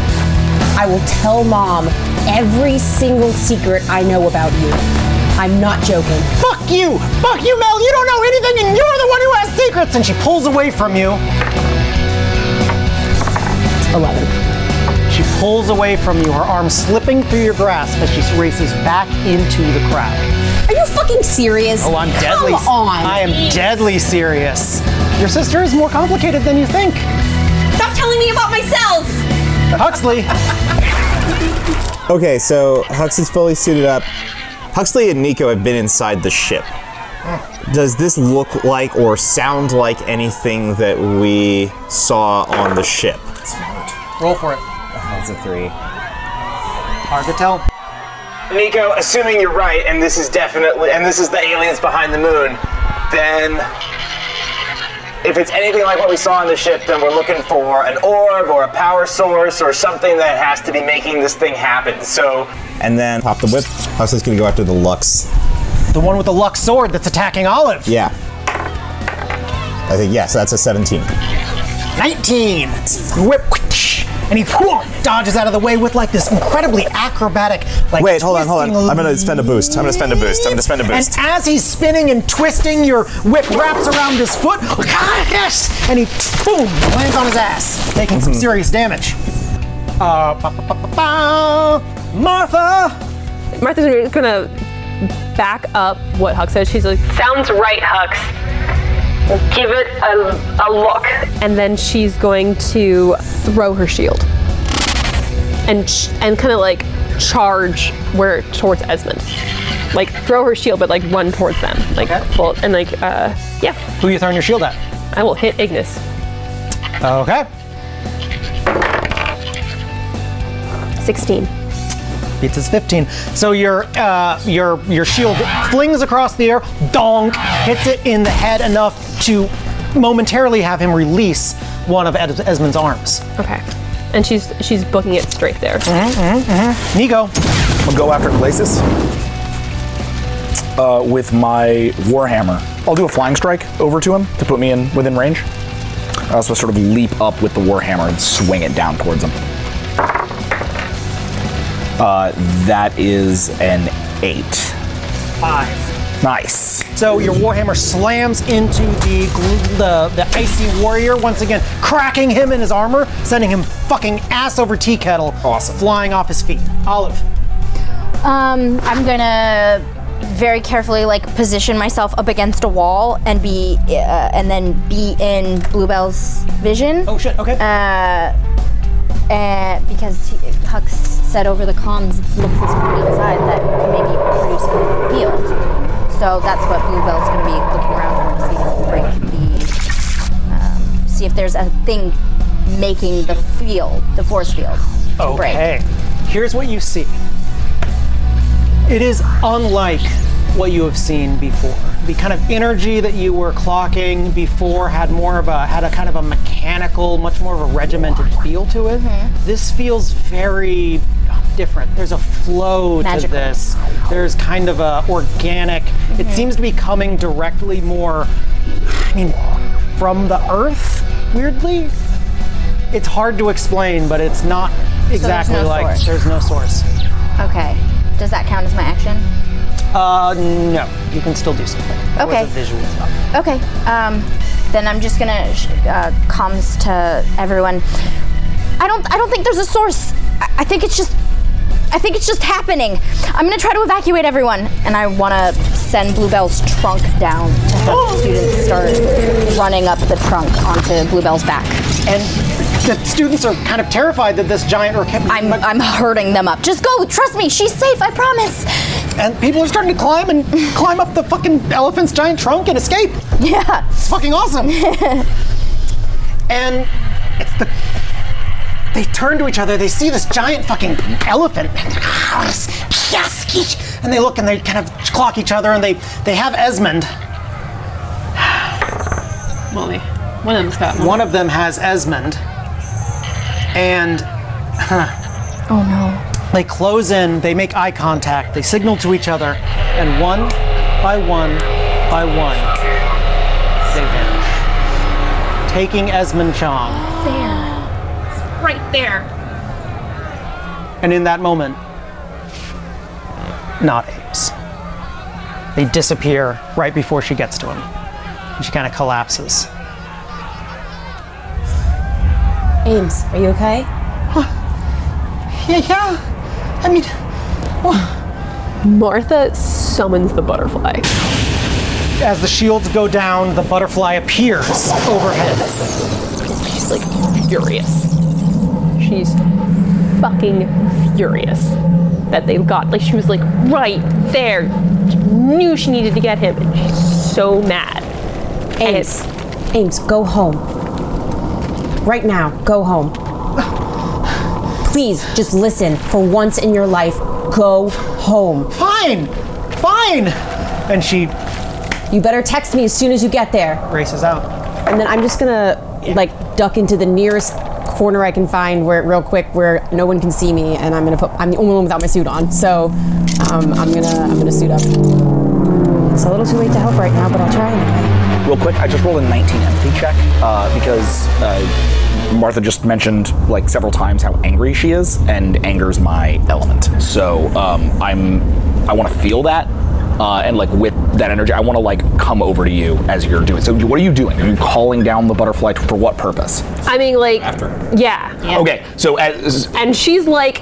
Speaker 10: I will tell mom every single secret I know about you. I'm not joking.
Speaker 1: Fuck you! Fuck you, Mel! You don't know anything, and you're the one who has secrets! And she pulls away from you.
Speaker 10: 11.
Speaker 1: She pulls away from you, her arm slipping through your grasp as she races back into the crowd.
Speaker 10: Are you fucking serious?
Speaker 1: Oh, I'm deadly.
Speaker 10: Come on.
Speaker 1: I am deadly serious. Your sister is more complicated than you think.
Speaker 10: Stop telling me about myself!
Speaker 1: Huxley.
Speaker 9: Okay, so Huxley's fully suited up. Huxley and Nico have been inside the ship. Does this look like or sound like anything that we saw on the ship?
Speaker 1: Roll for it.
Speaker 9: That's a three.
Speaker 1: Hard to tell.
Speaker 12: Nico, assuming you're right, and this is definitely, and this is the aliens behind the moon, then if it's anything like what we saw on the ship, then we're looking for an orb or a power source or something that has to be making this thing happen. So
Speaker 9: And then pop the whip. Huxley's gonna go after the Lux.
Speaker 1: The one with the Lux sword that's attacking Olive.
Speaker 9: Yeah. I think yeah. So that's a 17.
Speaker 1: 19. Whip. And he whew, dodges out of the way with like this incredibly acrobatic, like
Speaker 9: Wait, hold on, hold on.
Speaker 1: twisting
Speaker 9: I'm gonna spend a boost. I'm gonna spend a boost. I'm gonna spend a
Speaker 1: And
Speaker 9: boost.
Speaker 1: as he's spinning and twisting, your whip wraps around his foot, and he boom lands on his ass, taking
Speaker 9: Mm-hmm.
Speaker 1: some serious damage. Uh, ba- ba- ba- ba- ba. Martha.
Speaker 6: Martha's gonna back up what Huck says. She's like, "Sounds right, Hux. Give it a, a look." And then she's going to throw her shield and ch- and kind of like charge where towards Esmond. Like throw her shield, but like run towards them. Like full and like uh yeah.
Speaker 1: Who are you throwing your shield at?
Speaker 6: I will hit Ignis.
Speaker 1: Okay.
Speaker 6: 16.
Speaker 1: Beats his 15. So your uh, your your shield flings across the air, donk, hits it in the head enough to momentarily have him release one of Ed- Esmond's arms.
Speaker 6: Okay. And she's she's booking it straight there.
Speaker 1: Nigo.
Speaker 2: I'll go after Glacis.
Speaker 7: Uh, with my warhammer, I'll do a flying strike over to him to put me in within range. Uh, so I sort of leap up with the warhammer and swing it down towards him. Uh, that is an eight.
Speaker 1: Five.
Speaker 7: Nice.
Speaker 1: So your warhammer slams into the, gl- the the icy warrior once again, cracking him in his armor, sending him fucking ass over tea kettle, awesome. flying off his feet. Olive.
Speaker 8: Um, I'm gonna very carefully like position myself up against a wall and be uh, and then be in Bluebell's vision.
Speaker 1: Oh shit! Okay.
Speaker 8: Uh, and because he, Hux said over the comms, look for something outside that could maybe produce a field. So that's what Bluebell's gonna be looking around for, see if we break the, um, see if there's a thing making the field, the force field. to break.
Speaker 1: Okay. Here's what you see. It is unlike what you have seen before. The kind of energy that you were clocking before had more of a had a kind of a mechanical, much more of a regimented feel to it.
Speaker 8: Mm-hmm.
Speaker 1: This feels very different. There's a flow to
Speaker 8: Magical.
Speaker 1: this. There's kind of a organic. It
Speaker 8: Mhm.
Speaker 1: seems to be coming directly more I mean from the earth, weirdly. It's hard to explain, but it's not
Speaker 8: there's
Speaker 1: exactly
Speaker 8: no
Speaker 1: like
Speaker 8: source.
Speaker 1: there's no source.
Speaker 8: Okay. Does that count as my action?
Speaker 1: Uh, no, you can still do something. That was
Speaker 8: Okay.
Speaker 1: a visual stuff.
Speaker 8: Okay. Um, then I'm just gonna sh- uh, comms to everyone. I don't. I don't think there's a source. I, I think it's just. I think it's just happening. I'm gonna try to evacuate everyone, and I wanna send Bluebell's trunk down to have students start running up the trunk onto Bluebell's back.
Speaker 1: And the students are kind of terrified that this giant rocket.
Speaker 8: I'm I'm hurting them up. Just go. Trust me. She's safe. I promise.
Speaker 1: And people are starting to climb and climb up the fucking elephant's giant trunk and escape.
Speaker 8: Yeah.
Speaker 1: It's fucking awesome. and it's the. They turn to each other. They see this giant fucking elephant. And they're, "Ah, this Kiaski!" And they look and they kind of clock each other and they they have Esmond.
Speaker 6: Well, they, one of them's got
Speaker 1: One of them has Esmond. And. Huh,
Speaker 8: Oh no.
Speaker 1: They close in, they make eye contact, they signal to each other, and one by one by one, they vanish. Taking Esmond Chong.
Speaker 11: Right there.
Speaker 1: And in that moment, not apes. They disappear right before she gets to him. And she kind of collapses.
Speaker 10: Ames, are you okay?
Speaker 1: Yeah, yeah. I mean,
Speaker 6: Martha summons the butterfly.
Speaker 1: As the shields go down, the butterfly appears overhead.
Speaker 6: She's like furious. She's fucking furious that they got like she was like right there. Knew she needed to get him. And she's so mad. And it's
Speaker 10: Ames, go home. Right now, go home. Please, just listen for once in your life. Go home.
Speaker 1: Fine. Fine. And she.
Speaker 10: You better text me as soon as you get there.
Speaker 1: Races out.
Speaker 10: And then I'm just gonna like duck into the nearest corner I can find, where real quick, where no one can see me, and I'm gonna put. I'm the only one without my suit on, so um, I'm gonna I'm gonna suit up. It's a little too late to help right now, but I'll try anyway.
Speaker 2: Real quick, I just rolled a 19 empathy check uh, because uh, Martha just mentioned like several times how angry she is, and anger's my element. So um, I'm I want to feel that, uh, and like with that energy, I want to like come over to you as you're doing. So what are you doing? Are you calling down the butterfly t- for what purpose?
Speaker 6: I mean, like,
Speaker 2: After.
Speaker 6: yeah.
Speaker 2: Okay, so as
Speaker 6: And she's like,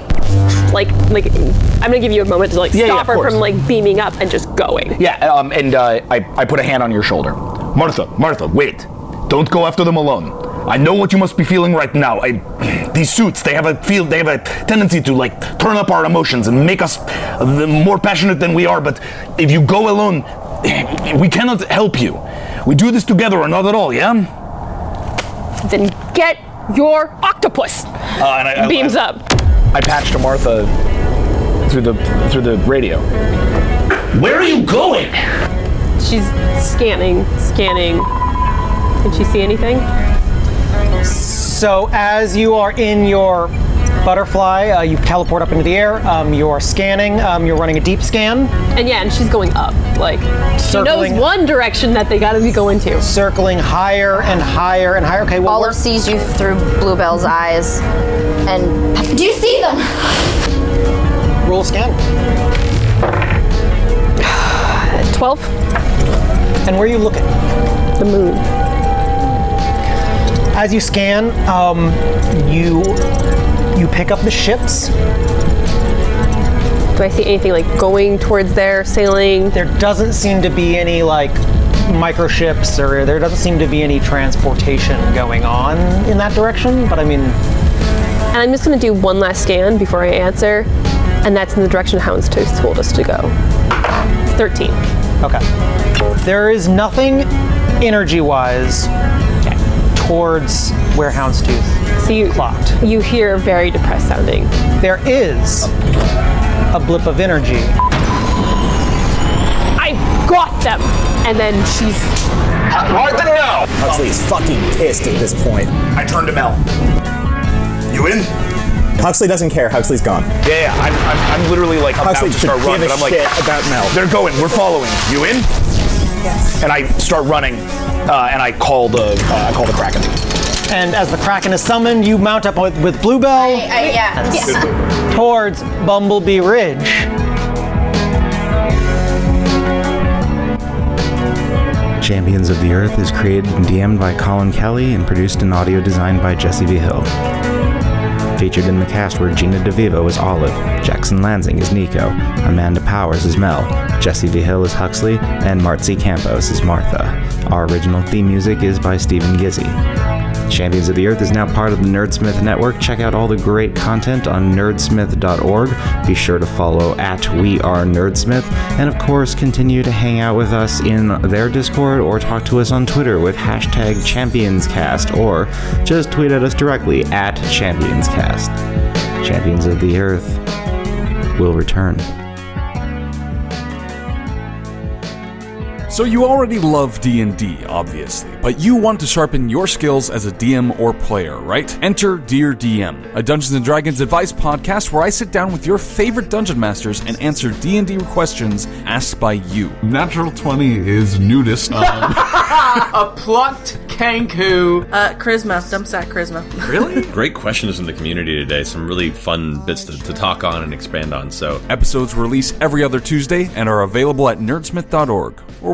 Speaker 6: like, like, I'm gonna give you a moment to like
Speaker 2: Yeah, yeah,
Speaker 6: stop
Speaker 2: of
Speaker 6: her
Speaker 2: course.
Speaker 6: from like beaming up and just going.
Speaker 2: Yeah, um, and uh, I, I put a hand on your shoulder.
Speaker 16: Martha, Martha, wait. Don't go after them alone. I know what you must be feeling right now. I, these suits, they have a feel, they have a tendency to like turn up our emotions and make us uh, more passionate than we are. But if you go alone, we cannot help you. We do this together or not at all,
Speaker 2: Uh,
Speaker 16: yeah?
Speaker 6: Then get your octopus.
Speaker 2: Uh, and I, I-
Speaker 6: Beams
Speaker 2: I-
Speaker 6: up.
Speaker 2: I patched to Martha through the through the radio. Where are you going?
Speaker 6: She's scanning, scanning. Did she see anything?
Speaker 1: So as you are in your butterfly, uh, you teleport up into the air. Um, you're scanning. Um, you're running a deep scan.
Speaker 6: And yeah, and she's going up. Like she
Speaker 1: Circling-
Speaker 6: knows one direction that they gotta be going to.
Speaker 1: Circling higher and higher and higher. Okay, well,
Speaker 8: Olive sees you through Bluebell's eyes, and do you see them?
Speaker 1: Roll scan.
Speaker 6: Twelve.
Speaker 1: And where are you looking?
Speaker 6: The moon.
Speaker 1: As you scan, um, you you pick up the ships.
Speaker 6: Do I see anything like going towards there, sailing?
Speaker 1: There doesn't seem to be any like microships or there doesn't seem to be any transportation going on in that direction. But I mean,
Speaker 6: And I'm just gonna do one last scan before I answer, and that's in the direction Houndstooth told us to go. Thirteen.
Speaker 1: okay. There is nothing energy-wise towards where Houndstooth
Speaker 6: so you,
Speaker 1: clocked.
Speaker 6: You hear very depressed sounding.
Speaker 1: There is a blip of energy.
Speaker 6: I got them. And then she's.
Speaker 16: Martha, no!
Speaker 17: Huxley's fucking pissed at this point.
Speaker 16: I turned him out. You in?
Speaker 9: Huxley doesn't care. Huxley's gone.
Speaker 16: Yeah, yeah. I'm, I'm, I'm literally like
Speaker 9: about Huxley to should start give running, a but I'm like, shit
Speaker 16: about Mel. They're going. We're following. You in?
Speaker 2: And I start running, uh, and I call the uh, I call the kraken.
Speaker 1: And as the Kraken is summoned, you mount up with, with Bluebell
Speaker 8: Uh,
Speaker 18: I- yeah. Yeah.
Speaker 1: towards Bumblebee Ridge.
Speaker 7: Champions of the Earth is created and DM'd by Colin Kelly and produced and audio designed by Jesse V. Hill. Featured in the cast were Gina DeVivo as Olive, Jackson Lansing as Nico, Amanda Powers as Mel, Jesse V. Hill as Huxley, and Martzi Campos as Martha. Our original theme music is by Stephen Gizzy. Champions of the Earth is now part of the Nerdsmith Network. Check out all the great content on nerdsmith.org. Be sure to follow at We Are Nerdsmith, and of course, continue to hang out with us in their Discord or talk to us on Twitter with hashtag ChampionsCast or just tweet at us directly at ChampionsCast. Champions of the Earth will return.
Speaker 19: So you already love D&D, obviously, but you want to sharpen your skills as a DM or player, right? Enter Dear DM, a Dungeons & Dragons advice podcast where I sit down with your favorite dungeon masters and answer D&D questions asked by you. Natural 20 is nudist.
Speaker 20: a plucked Kanku. Uh, charisma. Dump sack charisma.
Speaker 21: Really? Great questions from the community today. Some really fun bits to, to talk on and expand on. So,
Speaker 19: Episodes release every other Tuesday and are available at nerdsmith.org or